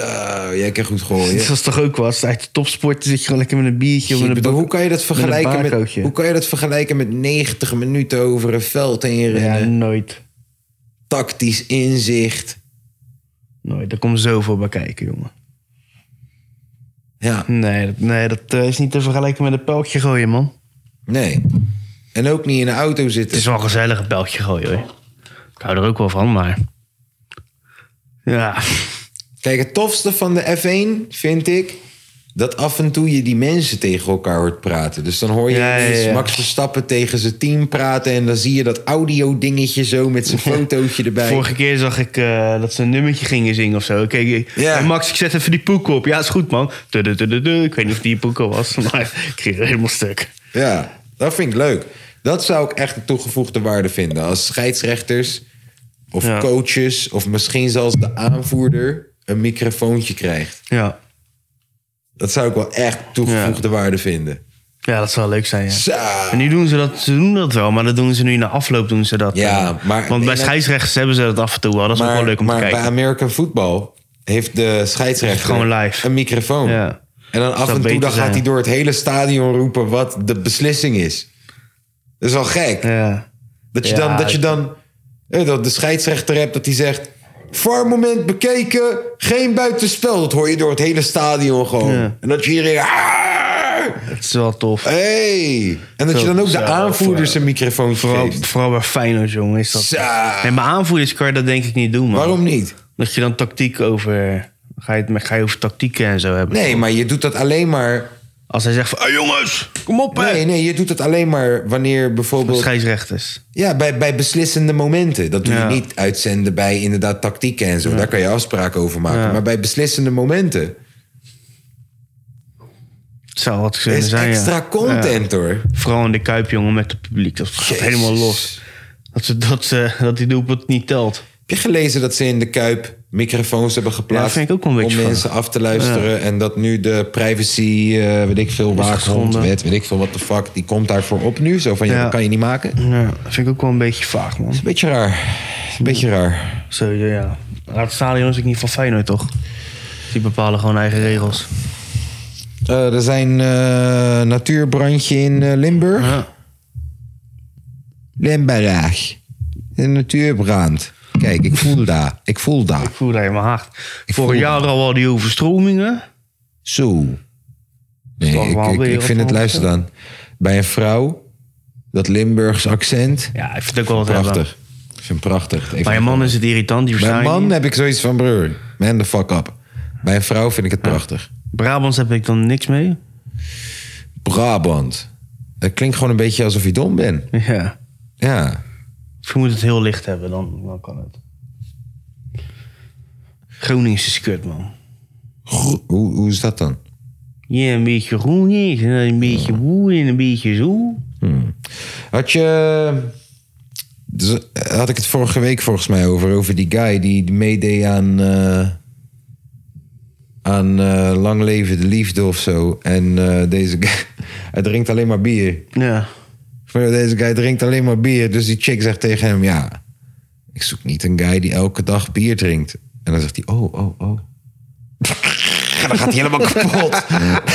C: jij kan goed gooien.
B: Dus dat is toch ook wat? Uit de topsport zit je gewoon lekker met een biertje. Of
C: Ik
B: met een
C: bedoel, hoe
B: bak-
C: kan je dat
B: een
C: vergelijken met,
B: barcootje.
C: hoe kan je dat vergelijken met 90 minuten over een veld heen rennen?
B: Ja, nooit.
C: Tactisch inzicht.
B: Nooit. Er komt zoveel bij kijken, jongen.
C: Ja.
B: Nee, dat, nee, dat eh, is niet te vergelijken met een pijltje gooien, man.
C: Nee. En ook niet in een auto
B: Het
C: zitten.
B: is wel gezellig, een pijltje gooien, hoor. Ik hou er ook wel van, maar... Ja,
C: Kijk, het tofste van de F1 vind ik dat af en toe je die mensen tegen elkaar hoort praten. Dus dan hoor je
B: Ja, ja,
C: ineens
B: ja.
C: Max Verstappen tegen zijn team praten... en dan zie je dat audio-dingetje zo met zijn fotootje erbij.
B: Vorige keer zag ik eh, dat ze een nummertje gingen zingen of zo. Kijk, ik-
C: Ja.
B: hey, Max, ik zet even die poek op. Ja, is goed, man. Du-du-du-du-du. Ik weet niet of die poek al was, maar ik kreeg er helemaal stuk.
C: Ja, dat vind ik leuk. Dat zou ik echt een toegevoegde waarde vinden. Als scheidsrechters of
B: Ja.
C: coaches... of misschien zelfs de aanvoerder een microfoontje krijgt.
B: Ja.
C: Dat zou ik wel echt toegevoegde waarde vinden.
B: ja, dat zou leuk zijn, ja.
C: Zo.
B: En nu doen ze dat, ze doen dat wel, maar dat doen ze nu na afloop doen ze dat.
C: Ja,
B: eh, Want
C: maar-
B: bij
C: en dat-
B: scheidsrechters hebben ze dat af en toe wel. Dat is ook wel leuk om te
C: maar bij
B: kijken.
C: American voetbal heeft de scheidsrechter
B: Is het gewoon live.
C: een microfoon.
B: Ja.
C: En dan af
B: zou
C: en toe
B: beter
C: dan gaat
B: zijn.
C: hij door het hele stadion roepen wat de beslissing is. Dat is wel gek.
B: Ja.
C: Dat, je
B: Ja,
C: dan, dat je dan eh, dat de scheidsrechter hebt dat hij zegt... Voor moment bekeken, geen buitenspel. Dat hoor je door het hele stadion gewoon.
B: Ja.
C: En dat je iedereen... "Ah,
B: Het is wel tof.
C: Eh, Hey! En dat je dan ook de
B: Zo,
C: aanvoerders een microfoon
B: Vooral,
C: geeft.
B: vooral bij Feyenoord, jongen, is dat...
C: Zo.
B: Nee, maar aanvoerders kan je dat denk ik niet doen, man.
C: Waarom niet?
B: Dat je dan tactiek over... Ga je, het, ga je over tactieken en zo hebben.
C: Nee, maar je doet dat alleen maar
B: Als hij zegt van, hey jongens, kom op hè.
C: Nee, nee, je doet het alleen maar wanneer bijvoorbeeld...
B: Scheidsrechters.
C: Ja, bij, bij beslissende momenten. Dat doe
B: Ja.
C: je niet uitzenden bij inderdaad tactieken en zo. Daar kan je afspraken over maken.
B: Ja.
C: Maar bij beslissende momenten
B: Het zou wat kunnen
C: is
B: zijn, ja.
C: extra content hoor.
B: Ja. Vooral in de Kuip, jongen, met het publiek. Dat gaat
C: Jezus.
B: helemaal los. Dat, ze, dat, ze, dat die doelpunt niet telt.
C: Heb je gelezen dat ze in de Kuip microfoons hebben geplaatst...
B: Ja, vind ik ook wel een
C: om
B: beetje van.
C: mensen af te luisteren. En dat nu de privacy, eh, weet ik veel, waakhondwet,
B: geschonden.
C: weet ik veel, wat de fuck... die komt daarvoor op nu. Zo van, ja,
B: Ja.
C: dat kan je niet maken.
B: Ja, dat vind ik ook wel een beetje vaag, man.
C: Beetje raar. Beetje raar.
B: Zo, ja. Maar het stadion is ook niet van Feyenoord, toch? Die bepalen gewoon eigen regels.
C: Eh, er zijn eh natuurbrandje in eh, Limburg.
B: Ja.
C: Limburg. Een natuurbrand. Kijk, ik voel daar. Ik voel daar.
B: Ik voel dat helemaal hard.
C: voel
B: Vorig jaar hadden we al die overstromingen.
C: Zo. Nee,
B: Slag
C: ik,
B: wel
C: ik,
B: weer
C: ik
B: op
C: vind het,
B: de
C: luister dan. Bij een vrouw, dat Limburgs accent.
B: Ja, ik vind het ook wel wat hebben.
C: Prachtig. Ik vind het prachtig. Ik
B: Bij een
C: vind-
B: man is het irritant, die
C: Bij
B: verstaan
C: een man
B: niet.
C: heb ik zoiets van, broer, man the fuck up. Bij een vrouw vind ik het prachtig.
B: Brabants heb ik dan niks mee.
C: Brabant. Het klinkt gewoon een beetje alsof je dom bent.
B: Ja.
C: Ja.
B: Of je moet het heel licht hebben, dan, dan kan het. Groningse skut, man.
C: Gro- Hoe, hoe is dat dan?
B: Ja, een beetje groen, en een beetje woe en een beetje zo.
C: Had je. dus, eh, Had ik het vorige week volgens mij over, over die guy die die meedeed aan. eh, aan eh, Lang Leven de Liefde of zo. En eh, deze guy. Hij drinkt alleen maar bier.
B: Ja.
C: Van, joh, Deze guy drinkt alleen maar bier. Dus die chick zegt tegen hem: Ja, ik zoek niet een guy die elke dag bier drinkt. En dan zegt hij: Oh, oh, oh. En dan gaat hij helemaal kapot.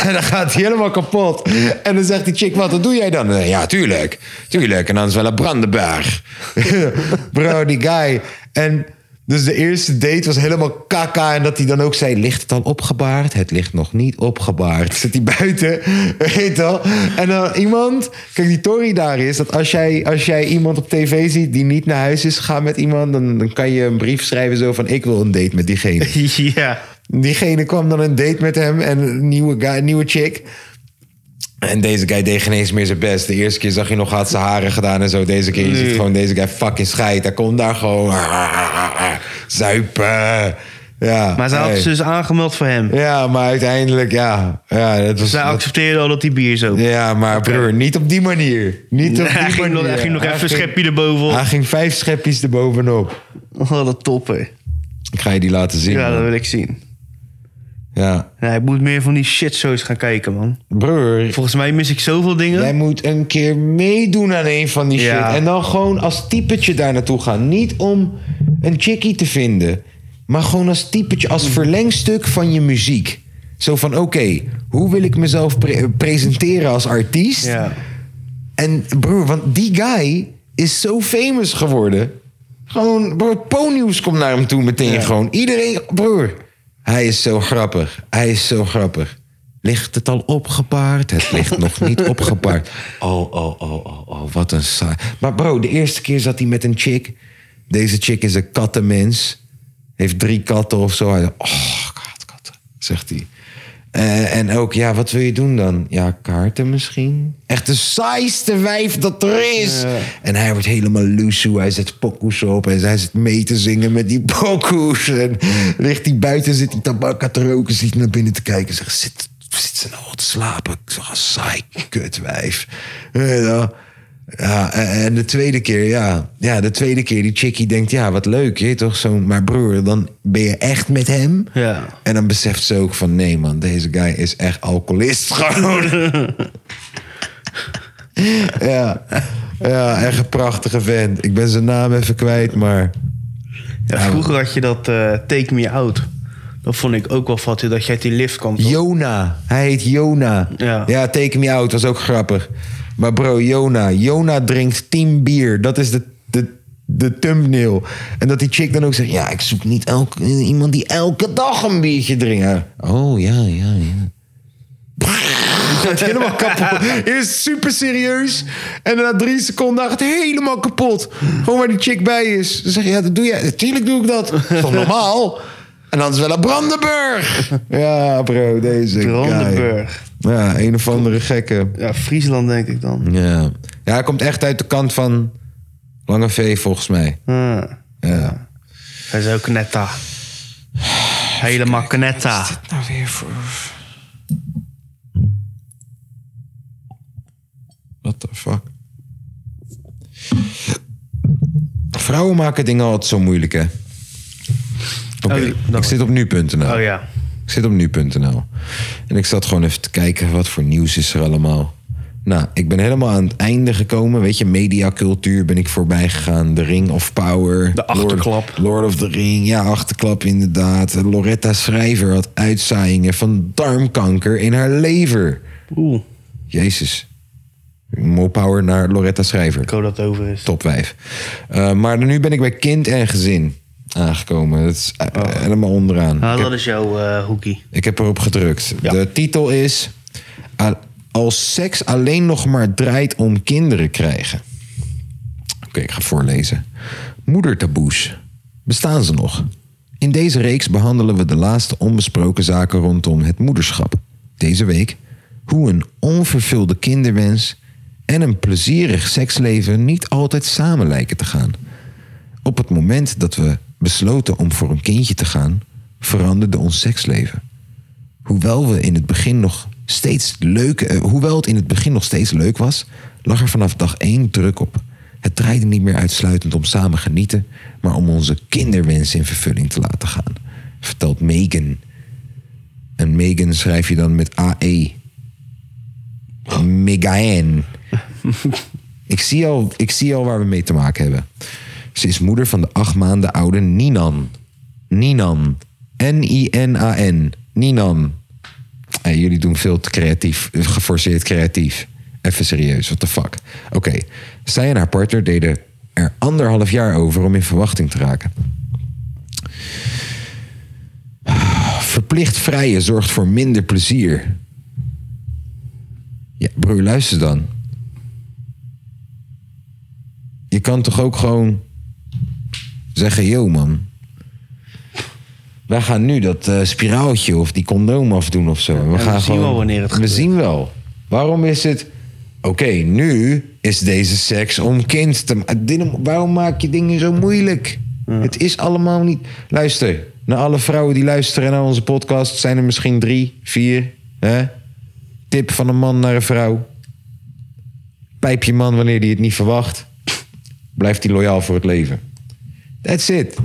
C: En dan gaat hij helemaal kapot. En dan zegt die chick, wat dan doe jij dan? Eh, Ja, tuurlijk. Tuurlijk. En dan is wel een Brandenburg. Bro, die guy. En dus de eerste date was helemaal kaka. En dat hij dan ook zei, ligt het al opgebaard? Het ligt nog niet opgebaard. Zit hij buiten, weet je wel. En dan iemand, kijk die Tory daar is... dat als jij, als jij iemand op tv ziet die niet naar huis is... ga met iemand, dan, dan kan je een brief schrijven zo van... ik wil een date met diegene.
B: ja.
C: Diegene kwam dan een date met hem en een nieuwe, guy, een nieuwe chick. En deze guy deed geen eens meer zijn best. De eerste keer zag je nog, had zijn haren gedaan en zo. Deze keer, je ziet gewoon deze guy fucking scheid. Hij komt daar gewoon... Zuipen. Ja,
B: Maar zij had
C: hey.
B: ze dus aangemeld voor hem.
C: Ja, maar uiteindelijk, ja. ja dat was,
B: Zij
C: dat-
B: accepteerde al dat hij bier zo.
C: ja, maar broer, niet op die manier. Niet op die
B: hij, ging
C: manier.
B: nog, hij ging nog even een schepje erbovenop.
C: Hij ging vijf schepjes erbovenop.
B: Oh, dat toppen.
C: Ik ga je die laten zien.
B: Ja, dat
C: man.
B: wil ik zien.
C: ja.
B: Ja, ik moet meer van die shitshows gaan kijken, man.
C: Broer,
B: Volgens mij mis ik zoveel dingen.
C: Jij moet een keer meedoen aan een van die
B: Ja.
C: shit. En dan gewoon als typetje daar naartoe gaan. Niet om een chickie te vinden. Maar gewoon als typetje, als verlengstuk van je muziek. Zo van, oké, hoe wil ik mezelf pre- presenteren als artiest?
B: Ja.
C: En broer, want die guy is zo famous geworden. Gewoon, broer, Ponyus komt naar hem toe meteen
B: Ja.
C: gewoon. Iedereen, broer. Hij is zo grappig. Hij is zo grappig. Ligt het al opgepaard? Het ligt nog niet opgepaard. Oh, oh, oh, oh, oh, wat een saai. Maar bro, de eerste keer zat hij met een chick. Deze chick is een kattenmens. Heeft drie katten of zo. Hij zegt, oh, kat, katten, zegt hij. Eh, en ook, ja, wat wil je doen dan? Ja, kaarten misschien. Echt de saaiste wijf dat er is. En hij wordt helemaal loesoe. Hij zet pokoes op en hij zit mee te zingen met die pokoes. En ligt hij buiten, zit die tabakka te roken, zit hij naar binnen te kijken. Zegt, zit, zit ze nou al te slapen? Ik zeg, "Ah, saai, kutwijf. En dan- ja, en en de tweede keer, ja. Ja, de tweede keer, die chickie denkt, ja, wat leuk, je weet toch? Zo, maar broer, dan ben je echt met hem.
B: Ja.
C: En dan beseft ze ook van, nee man, deze guy is echt alcoholist gewoon. ja. ja, echt een prachtige vent. Ik ben zijn naam even kwijt, maar...
B: Ja, vroeger had je dat eh, Take Me Out. Dat vond ik ook wel fattig, dat jij die lift kwam. toch?
C: Jona, hij heet Jona.
B: Ja.
C: ja, Take Me Out was ook grappig. Maar bro, Jona, Jona drinkt 10 bier. Dat is de, de, de thumbnail. En dat die chick dan ook zegt, ja, ik zoek niet elke, iemand die elke dag een biertje drinkt. Oh, ja, ja, ja. gaat helemaal kapot. Eerst super serieus. En na drie seconden gaat het helemaal kapot. Gewoon waar die chick bij is. Dan zeg je, ja, dat doe jij. Natuurlijk doe ik dat. Dat is toch normaal? En dan is wel een Brandenburg. Ja, bro, deze guy.
B: Brandenburg.
C: Ja, een of andere gekke.
B: Ja, Friesland denk ik dan.
C: Ja. ja, hij komt echt uit de kant van Lange V, volgens mij.
B: Ah,
C: Ja.
B: Hij is ook netta. Helemaal Oh, knetta.
C: Nou weer voor... What the fuck? Vrouwen maken dingen altijd zo moeilijk, hè? Oké,
B: Oh, dat-
C: ik zit op nou. nu.nl.
B: Oh ja.
C: Ik zit op nu.nl. En ik zat gewoon even te kijken wat voor nieuws is er allemaal. Nou, ik ben helemaal aan het einde gekomen. Weet je, mediacultuur ben ik voorbij gegaan. The Ring of Power.
B: De achterklap.
C: Lord, Lord of the Ring. Ja, achterklap inderdaad. Loretta Schrijver had uitzaaiingen van darmkanker in haar lever.
B: Oeh,
C: Jezus. More power naar Loretta Schrijver
B: ik hoop dat het over is.
C: top 5. Eh, maar nu ben ik bij kind en gezin aangekomen. Dat is eh,
B: Oh.
C: helemaal onderaan.
B: Nou,
C: Ik heb-
B: dat is jouw eh hoekie.
C: ik heb erop gedrukt.
B: Ja.
C: De titel is... "A- Als seks alleen nog maar draait om kinderen krijgen. Oké, ik ga voorlezen. Moedertaboes. Bestaan ze nog? In deze reeks behandelen we de laatste onbesproken zaken rondom het moederschap. Deze week hoe een onvervulde kinderwens en een plezierig seksleven niet altijd samen lijken te gaan. Op het moment dat we besloten om voor een kindje te gaan, veranderde ons seksleven. Hoewel, we in het begin nog steeds leuk, eh, hoewel het in het begin nog steeds leuk was, lag er vanaf dag één druk op. Het draaide niet meer uitsluitend om samen genieten, maar om onze kinderwensen in vervulling te laten gaan, vertelt Megan. En Megan schrijf je dan met AE. Megan. Ik zie, al, ik zie al waar we mee te maken hebben. Ze is moeder van de acht maanden oude Ninan. Ninan. N-I-N-A-N. Ninan. Hé, jullie doen veel te creatief, geforceerd creatief. Even serieus, what the fuck. Oké, zij en haar partner deden er anderhalf jaar over om in verwachting te raken. Verplicht vrije zorgt voor minder plezier. Ja, broer, luister dan je kan toch ook gewoon zeggen: yo man, wij gaan nu dat eh, spiraaltje of die condoom afdoen of zo. En we
B: we
C: gaan
B: zien
C: gewoon,
B: wel wanneer het
C: We
B: gebeurt.
C: zien wel. Waarom is het. Oké, nu is deze seks om kind te. ma- Dit- Waarom maak je dingen zo moeilijk? Het is allemaal niet. Luister, naar alle vrouwen die luisteren naar onze podcast zijn er misschien drie, vier. Hè? Tip van een man naar een vrouw. Pijp je man wanneer hij het niet verwacht. Blijft hij loyaal voor het leven. That's it.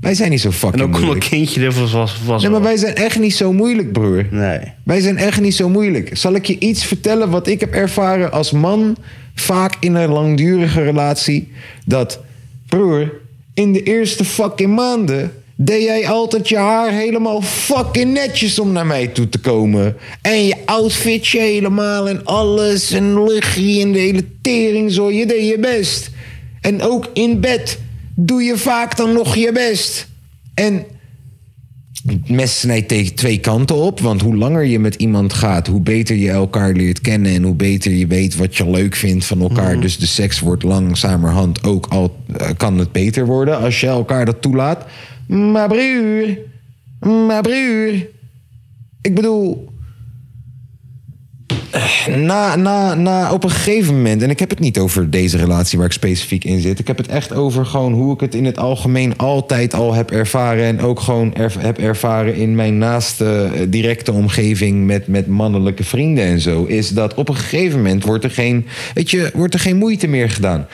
C: Wij zijn niet zo
B: En
C: fucking
B: ook kon een
C: moeilijk.
B: kindje ervan was. was
C: Nee, maar
B: wel.
C: wij zijn echt niet zo moeilijk, broer.
B: Nee.
C: Wij zijn echt niet zo moeilijk. Zal ik je iets vertellen wat ik heb ervaren als man, vaak in een langdurige relatie? Dat, broer, in de eerste fucking maanden deed jij altijd je haar helemaal fucking netjes om naar mij toe te komen. En je outfitje helemaal en alles en luchtje en de hele tering zo. Je deed je best. En ook in bed doe je vaak dan nog je best. En het mes snijdt tegen twee kanten op. Want hoe langer je met iemand gaat, hoe beter je elkaar leert kennen. En hoe beter je weet wat je leuk vindt van elkaar. Dus de seks wordt langzamerhand ook al. eh, kan het beter worden als je elkaar dat toelaat. Maar broer. Maar broer. Ik bedoel. Na, na, na op een gegeven moment, en ik heb het niet over deze relatie waar ik specifiek in zit. Ik heb het echt over gewoon hoe ik het in het algemeen altijd al heb ervaren. En ook gewoon erv- heb ervaren in mijn naaste eh, directe omgeving met, met mannelijke vrienden en zo. Is dat op een gegeven moment wordt er geen, weet je, wordt er geen moeite meer gedaan.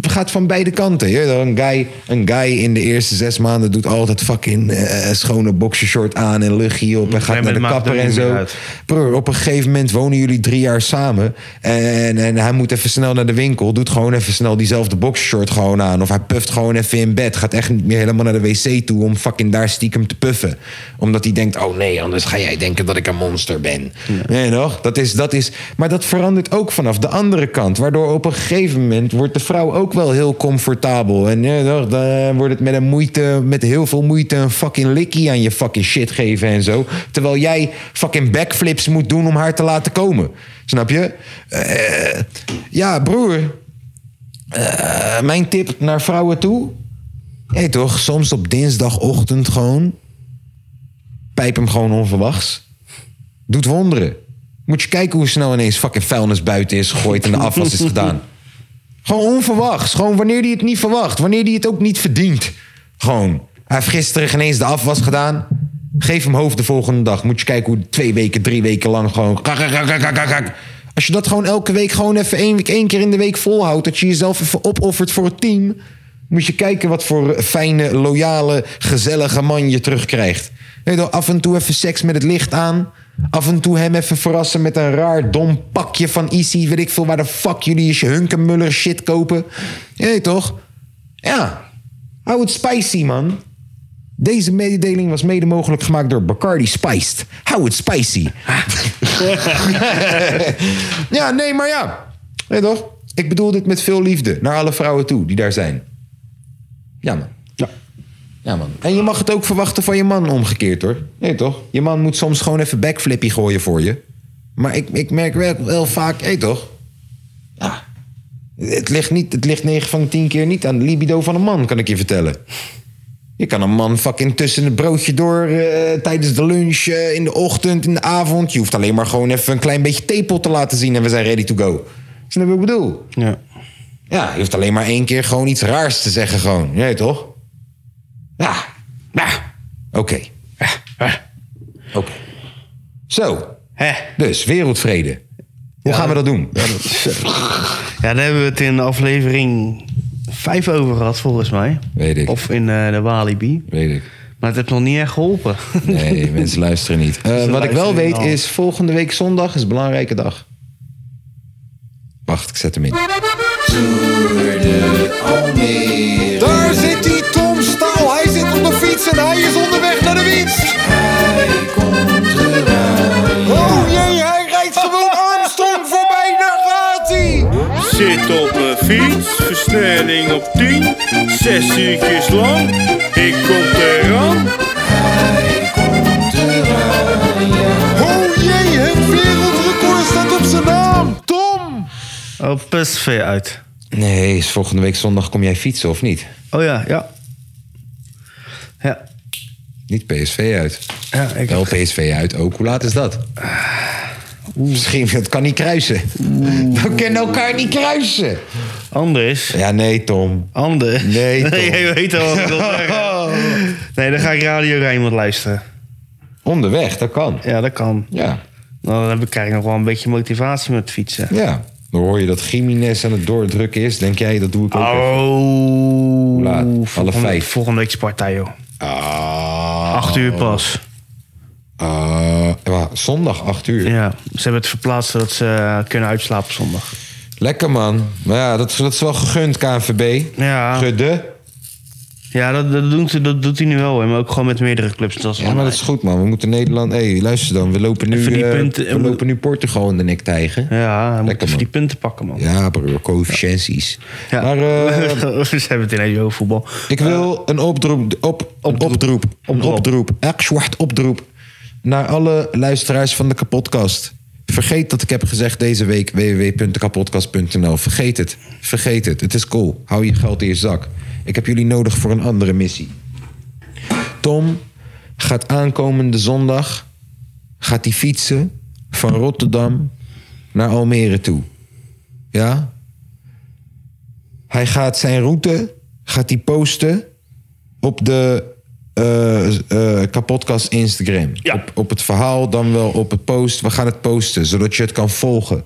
C: Het gaat van beide kanten. Je, weet wel, een, guy, een guy in de eerste zes maanden doet altijd fucking eh, schone boxershort aan en luchtje op. En
B: maar
C: gaat naar
B: het
C: de
B: maakt
C: kapper
B: ook
C: en
B: niet meer
C: zo.
B: uit.
C: Broer, op een gegeven moment wonen jullie drie jaar samen. En, en hij moet even snel naar de winkel. Doet gewoon even snel diezelfde boxshort gewoon aan. Of hij puft gewoon even in bed. Gaat echt niet meer helemaal naar de wc toe om fucking daar stiekem te puffen. Omdat hij denkt, oh nee, anders ga jij denken dat ik een monster ben. Nee, nog? Dat is, dat is... Maar dat verandert ook vanaf de andere kant. Waardoor op een gegeven moment wordt de vrouw ook wel heel comfortabel. En nee, toch, dan wordt het met, een moeite, met heel veel moeite een fucking likkie aan je fucking shit geven en zo. Terwijl jij fucking backflips moet doen om haar te laten komen. Snap je? Eh, ja, broer. Eh, mijn tip naar vrouwen toe. Hé toch, soms op dinsdagochtend gewoon. Pijp hem gewoon onverwachts. Doet wonderen. Moet je kijken hoe snel ineens fucking vuilnis buiten is gegooid en de afwas is gedaan. Gewoon onverwachts. Gewoon wanneer hij het niet verwacht. Wanneer hij het ook niet verdient. Gewoon. Hij heeft gisteren ineens de afwas gedaan. Geef hem hoofd de volgende dag. Moet je kijken hoe twee weken, drie weken lang gewoon... kak, kak, kak, kak, kak, kak. Als je dat gewoon elke week gewoon even één, week, één keer in de week volhoudt... dat je jezelf even opoffert voor het team... moet je kijken wat voor fijne, loyale, gezellige man je terugkrijgt. Weet je wel, af en toe even seks met het licht aan. Af en toe hem even verrassen met een raar dom pakje van Issy. Weet ik veel waar de fuck jullie je hunkenmuller shit kopen. Je weet toch? Ja. Hou het spicy, man. Deze mededeling was mede mogelijk gemaakt door Bacardi Spiced. Hou het spicy. ja, nee, maar ja. Weet je toch? Ik bedoel dit met veel liefde. Naar alle vrouwen toe die daar zijn. Ja, man. Ja, man. En je mag het ook verwachten van je man omgekeerd, hoor. Nee, toch? Je man moet soms gewoon even backflippy gooien voor je. Maar ik, ik merk wel, wel vaak... Hé, toch? Ja. Het ligt, niet, het ligt 9 van de 10 keer niet aan de libido van een man, kan ik je vertellen. Je kan een man fucking tussen het broodje door... eh, tijdens de lunch, eh, in de ochtend, in de avond. Je hoeft alleen maar gewoon even een klein beetje tepel te laten zien... en we zijn ready to go. Snap je wat ik bedoel?
B: Ja.
C: Ja, je hoeft alleen maar één keer gewoon iets raars te zeggen, gewoon. Jij toch? Ja. Ja. Oké. Ja. Oké. Zo.
B: Hè?
C: Dus, wereldvrede. Hoe gaan we dat doen?
B: Ja, daar hebben we het in aflevering 5 over gehad, volgens mij.
C: Weet ik.
B: Of in eh, de Walibi.
C: Weet ik.
B: Maar het heeft nog niet echt geholpen.
C: Nee, mensen luisteren niet. Eh, wat ik wel
B: luisteren
C: weet
B: niet al.
C: is, volgende week zondag is een belangrijke dag. Wacht, ik zet hem in.
D: Daar zit die Tom Staal. Hij zit op de fiets en hij is onderweg naar de winst. Oh jee, hij rijdt gewoon Armstrong voorbij. Daar gaat hij.
E: Zit op een fiets, versnelling op 10, 6 uurtjes lang. Ik kom eraan.
D: Oh jee, het wereldrecord staat op zijn naam. Tom.
B: Oh, PSV uit.
C: Nee, is volgende week zondag kom jij fietsen of niet?
B: Oh ja, ja. Ja,
C: Niet PSV uit.
B: ja ik Ah,
C: Wel PSV uit ook. Hoe laat is dat? Misschien, dat kan niet kruisen. We kunnen elkaar niet kruisen.
B: Anders.
C: Ja, nee, Tom.
B: Anders.
C: Nee, Tom.
B: Je weet al wat ik wil zeggen. Nee, dan ga ik Radio Rijnmond luisteren.
C: Onderweg, dat kan.
B: Ja, dat kan. Nou,
C: Ja,
B: Dan heb ik eigenlijk nog wel een beetje motivatie met fietsen.
C: ja. Dan hoor je dat Gimines aan het doordrukken is. Denk jij, dat doe ik ook. even.
B: Oh.
C: laat? Half
B: Volgende-
C: vijf.
B: Volgende week is partij, joh.
C: Ah,
B: Acht uur pas.
C: ah, ja, zondag, 8 uur.
B: Ja, ze hebben het verplaatst zodat ze eh, kunnen uitslapen zondag.
C: Lekker, man. Maar ja, dat, is- dat is wel gegund, KNVB.
B: Ja.
C: Gudde.
B: Ja, dat, dat, doen ze, dat doet hij nu wel, hè, maar ook gewoon met meerdere clubs. Dat is
C: Ja, maar dat is goed, man. We moeten Nederland... Hé, hey, luister dan. We lopen nu,
B: Even die
C: eh,
B: punten-
C: we lopen nu Portugal in de nek tijgen.
B: ja hij moet
C: Lekker,
B: even
C: man.
B: die punten pakken, man.
C: Ja, broer, coëfficiënties.
B: Ja.
C: Maar eh,
B: ze hebben het ineens over voetbal.
C: ik wil een oproep, op, op, oproep, een oproep, echt zwart oproep naar alle luisteraars van de kapotkast. Vergeet dat ik heb gezegd deze week www.kapotkast.nl. Vergeet het, vergeet het. Het is cool. Hou je geld in je zak. Ik heb jullie nodig voor een andere missie. Tom gaat aankomende zondag gaat hij fietsen van Rotterdam naar Almere toe. Ja? Hij gaat zijn route, gaat die posten op de eh, eh, kapotkast Instagram.
B: Ja.
C: Op, op het verhaal, dan wel op het post. We gaan het posten, zodat je het kan volgen.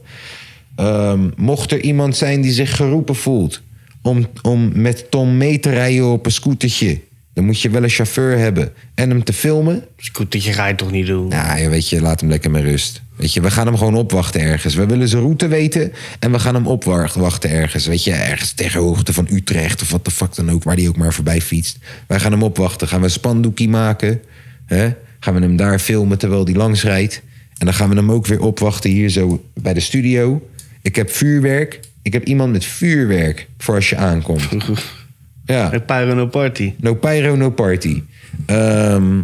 C: Ehm, mocht er iemand zijn die zich geroepen voelt om, om met Tom mee te rijden op een scootertje, dan moet je wel een chauffeur hebben en hem te filmen.
B: Scootertje ga je toch niet doen?
C: Nou, ja, weet je, laat hem lekker met rust. Weet je, we gaan hem gewoon opwachten ergens. We willen zijn route weten en we gaan hem opwachten ergens. Weet je, ergens tegen hoogte van Utrecht of wat de fuck dan ook, waar die ook maar voorbij fietst. Wij gaan hem opwachten. Gaan we een spandoekie maken. Hè? Gaan we hem daar filmen terwijl die langs rijdt. En dan gaan we hem ook weer opwachten hier zo bij de studio. Ik heb vuurwerk. Ik heb iemand met vuurwerk voor als je aankomt. Ja.
B: Een pyro no party.
C: No pyro, no party. Ehm,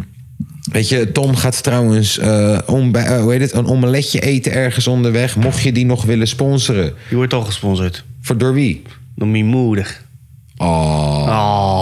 C: weet je, Tom gaat trouwens eh, om, bij- eh, hoe heet het, een omeletje eten ergens onderweg. Mocht je die nog willen sponsoren.
B: Je wordt al gesponsord.
C: Voor door wie?
B: Door mijn moeder.
C: Oh,
B: Oh.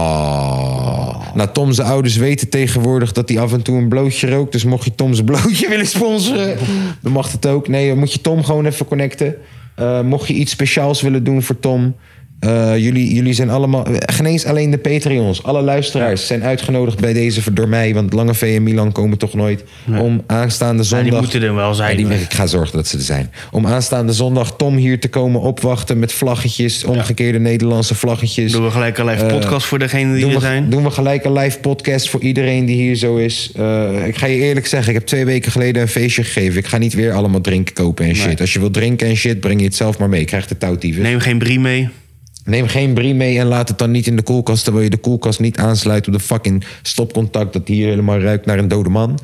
C: oh. Nou, Tom's ouders weten tegenwoordig dat hij af en toe een blootje rookt. Dus mocht je Tom's blootje willen sponsoren, dan mag het ook. Nee, dan moet je Tom gewoon even connecten. Eh, mocht je iets speciaals willen doen voor Tom. eh, jullie, jullie zijn allemaal, eh, geen eens alleen de Patreons. Alle luisteraars zijn uitgenodigd bij deze voor- door mij. Want Lange V en Milan komen toch nooit. Om aanstaande zondag.
B: die moeten er wel zijn,
C: Ja, die-
B: hoor.
C: ik ga zorgen dat ze er zijn. Om aanstaande zondag Tom hier te komen opwachten met vlaggetjes. Omgekeerde Nederlandse vlaggetjes.
B: Doen we gelijk al even
C: Eh,
B: podcast voor degenen die
C: Doen
B: er
C: we,
B: zijn?
C: doen we gelijk een live podcast voor iedereen die hier zo is. Eh, ik ga je eerlijk zeggen, ik heb twee weken geleden een feestje gegeven. Ik ga niet weer allemaal drinken kopen en shit. Als je wilt drinken en shit, breng je het zelf maar mee. Ik krijg de touwtieven.
B: Neem geen brie mee.
C: Neem geen brie mee en laat het dan niet in de koelkast... terwijl je de koelkast niet aansluit op de fucking stopcontact... dat hier helemaal ruikt naar een dode man.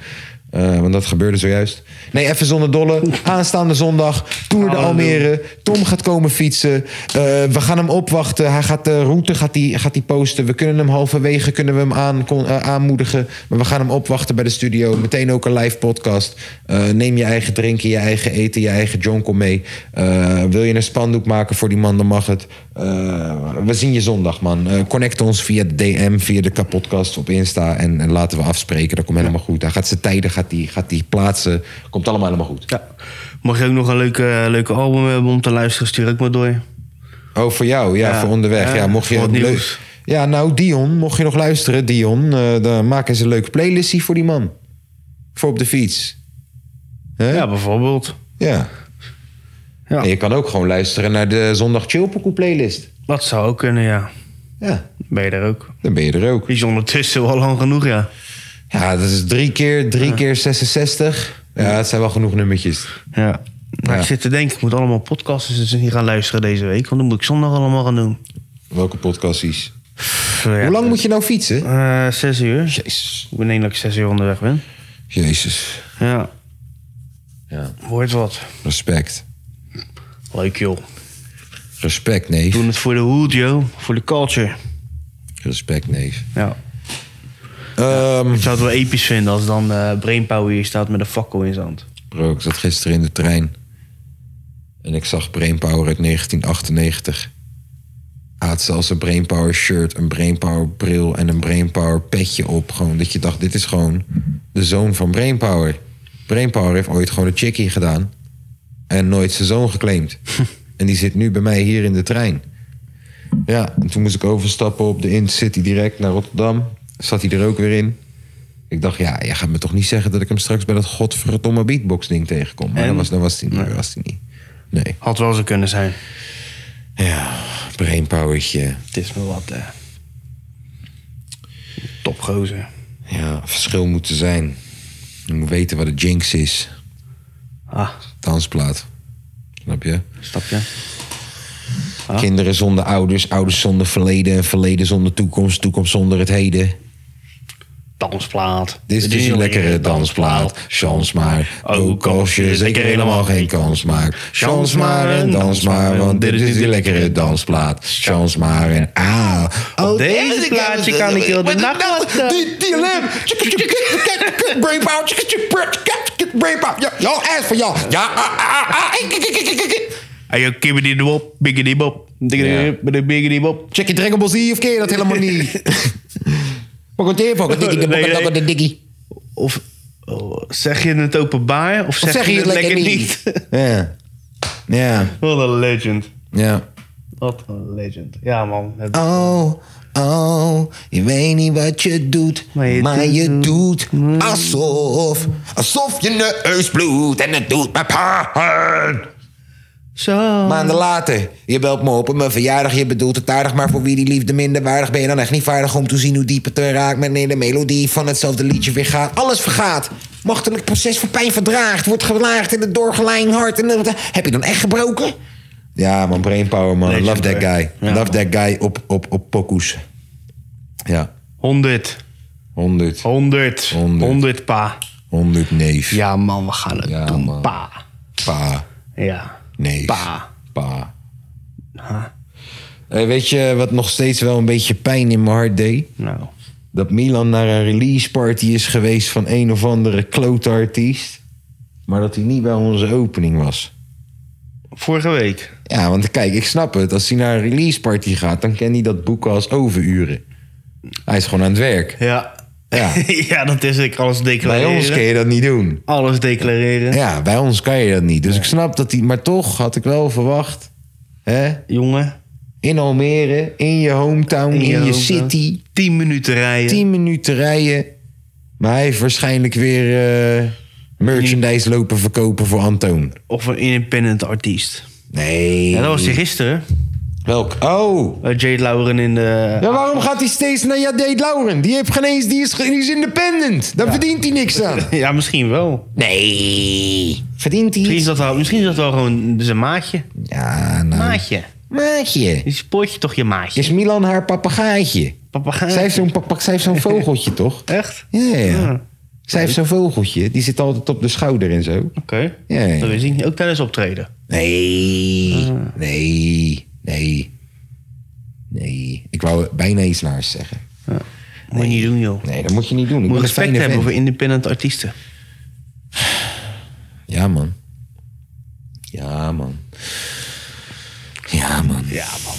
C: Eh, want dat gebeurde zojuist. Nee, even zonder dolle. Aanstaande zondag, Tour de Almere. Tom gaat komen fietsen. Eh, we gaan hem opwachten. Hij gaat de route gaat die, gaat die posten. We kunnen hem halverwege kunnen we hem aan, kon- eh, aanmoedigen. Maar we gaan hem opwachten bij de studio. Meteen ook een live podcast. Eh, neem je eigen drinken, je eigen eten, je eigen jonkel mee. Eh, wil je een spandoek maken voor die man, dan mag het. Eh, we zien je zondag, man. Eh, connect ons via de DM, via de kapodcast op Insta. En, en laten we afspreken. Dat komt helemaal goed. Hij gaat zijn tijden gaat die, gaat die plaatsen. Komt allemaal helemaal goed.
B: Ja. Mocht je ook nog een leuke, leuke album hebben om te luisteren, stuur ook maar door.
C: Oh, voor jou, ja,
B: Ja.
C: voor onderweg. Ja,
B: Ja,
C: mocht je
B: voor het
C: leuk-
B: nieuws.
C: Ja, nou, Dion, mocht je nog luisteren, Dion, eh, dan maak eens een leuke playlistie voor die man. Voor op de fiets. Hè?
B: Ja, bijvoorbeeld.
C: Ja.
B: Ja.
C: En je kan ook gewoon luisteren naar de Zondag Chillpokoe playlist.
B: Dat zou ook kunnen, ja.
C: Ja,
B: Ben je daar ook?
C: dan ben je er ook.
B: Die is ondertussen wel lang genoeg, ja.
C: Ja, dat is drie keer, drie keer 66. Ja, het zijn wel genoeg nummertjes.
B: Ja. Maar
C: Ja.
B: ik zit te denken, ik moet allemaal podcasts dus niet gaan luisteren deze week. Want dan moet ik zondag allemaal gaan doen.
C: Welke podcasties?
B: Pff, ja.
C: Hoe lang moet je nou fietsen?
B: Eh, zes uur.
C: Jezus.
B: Ik ben denk dat ik zes uur onderweg ben.
C: Jezus.
B: Ja.
C: Ja.
B: Wordt wat.
C: Respect.
B: Leuk, joh.
C: Respect, neef.
B: Doen het voor de hoed, joh. Voor de culture.
C: Respect, neef.
B: Ja.
C: Ehm,
B: Ik zou het wel episch vinden als dan eh Brainpower hier staat met een fakkel in zijn hand.
C: Bro, ik zat gisteren in de trein. En ik zag Brainpower uit 1998. Hij had zelfs een Brainpower shirt, een Brainpower bril en een Brainpower petje op. Gewoon dat je dacht, dit is gewoon de zoon van Brainpower. Brainpower heeft ooit gewoon een chickie gedaan. En nooit zijn zoon geclaimd. en die zit nu bij mij hier in de trein. Ja, en toen moest ik overstappen op de Intercity direct naar Rotterdam. Zat hij er ook weer in. Ik dacht, ja, jij gaat me toch niet zeggen dat ik hem straks bij dat godverdomme beatbox-ding tegenkom. Maar
B: En?
C: dat was, dat was hij niet. Dat was hij niet. Nee.
B: Had wel zo kunnen zijn.
C: Ja, brainpowertje.
B: Het is me wat, eh. Topgozer.
C: Ja, verschil moeten zijn. Je moet weten wat de jinx is.
B: Ah,
C: Dansplaat. Snap je?
B: snap je?
C: Kinderen zonder ouders, ouders zonder verleden... en verleden zonder toekomst, toekomst zonder het heden.
B: Dansplaat.
C: Dit is dus een lekkere dansplaat. Chance maar, ook als je zeker helemaal geen kans maakt. Chance maar en dans maar, want dit is die lekkere dansplaat. Chance maar en ah. Oh,
B: deze plaatje kan ik heel de nacht wachten.
C: Die, die lim. Brainpower. Brainpower. Ja, Jouw ass van jou. Ja, ah, ah, ah.
B: Hey, yo, kibbidi die bop, biggity bop. Diggity biggity bop.
C: Check je Dragon Ball Z of ken je dat helemaal niet? Pakketeer, pakketeer,
B: Nee, nee.
C: pakketeer, dikkie.
B: Of, oh, Zeg je het openbaar of zeg, je, het lekker, niet?
C: Ja. Ja,
B: Wat een legend.
C: ja.
B: Wat een legend. Ja, man. Het-
C: Oh, oh, je weet niet wat je doet, maar je, doet Mm. alsof, alsof je neus bloedt en het doet me pijn.
B: Zo.
C: Maanden later, je belt me op op mijn verjaardag, je bedoelt het aardig, maar voor wie die liefde minder waardig ben je dan echt niet vaardig om te zien hoe diep het er raakt wanneer de melodie van hetzelfde liedje weer gaat. Alles vergaat. Machtelijk proces van pijn verdraagt, wordt gelaagd in het doorgelijn hart. En, dat- heb je dan echt gebroken? Ja, man, brainpower, man.
B: Legend,
C: Love that
B: hè?
C: guy.
B: Ja,
C: Love that guy op, op, op pokoes. Ja,
B: 100.
C: 100.
B: 100. 100. 100 pa.
C: 100 neef.
B: Oh. Ja, man, we gaan het
C: Ja,
B: doen.
C: man.
B: Pa.
C: Pa.
B: Ja.
C: Neef.
B: Pa.
C: Pa. Eh, weet je wat nog steeds wel een beetje pijn in mijn hart deed?
B: Nou.
C: dat Milan naar een release party is geweest van een of andere klote artiest. Maar dat hij niet bij onze opening was.
B: Vorige week.
C: Ja, want kijk, ik snap het. Als hij naar een release party gaat, dan kan hij dat boeken als overuren. Hij is gewoon aan het werk.
B: Ja.
C: Ja.
B: ja, dat is ik. Alles
C: Bij
B: declareren.
C: ons kun je dat niet doen.
B: Alles declareren.
C: Ja, bij ons kan je dat niet. Dus ik snap dat hij. Maar toch had ik wel verwacht. Hè?
B: Jongen.
C: In Almere, in je hometown, in je,
B: hoofd, hè?
C: city.
B: 10 minuten rijden.
C: 10 minuten rijden. Maar hij heeft waarschijnlijk weer eh, merchandise lopen verkopen voor Antoon.
B: Of een independent artiest.
C: Nee.
B: Ja, dat was die gisteren.
C: Welk? Oh.
B: Eh, Jade Lauren in de...
C: Ja, waarom gaat hij steeds naar Jade Lauren? Die heeft geen eens, die is, ge- die is independent. Daar verdient hij niks aan.
B: Ja, misschien wel.
C: Nee. Verdient hij
B: Misschien is
C: iets?
B: dat wel, misschien is dat wel gewoon zijn maatje.
C: Ja, nou.
B: Maatje.
C: Maatje.
B: Die spoort je toch je maatje?
C: Is Milan haar papegaaitje?
B: Papagaai.
C: Zij heeft zo'n papa- zij heeft zo'n vogeltje, toch?
B: Echt?
C: Ja, ja.
B: Ja.
C: Zij heeft zo'n vogeltje. Die zit altijd op de schouder en zo.
B: Oké.
C: Ja, ja.
B: Dat is hij. Ook tijdens optreden.
C: Nee, nee, nee. Nee. Ik wou bijna iets naars zeggen.
B: Moet je niet doen, joh.
C: Nee, dat moet je niet doen. Ik
B: Moet
C: ben een
B: respect
C: fijne
B: hebben
C: vent.
B: voor independent artiesten.
C: Ja, man. Ja, man. Ja, man.
B: Ja, man.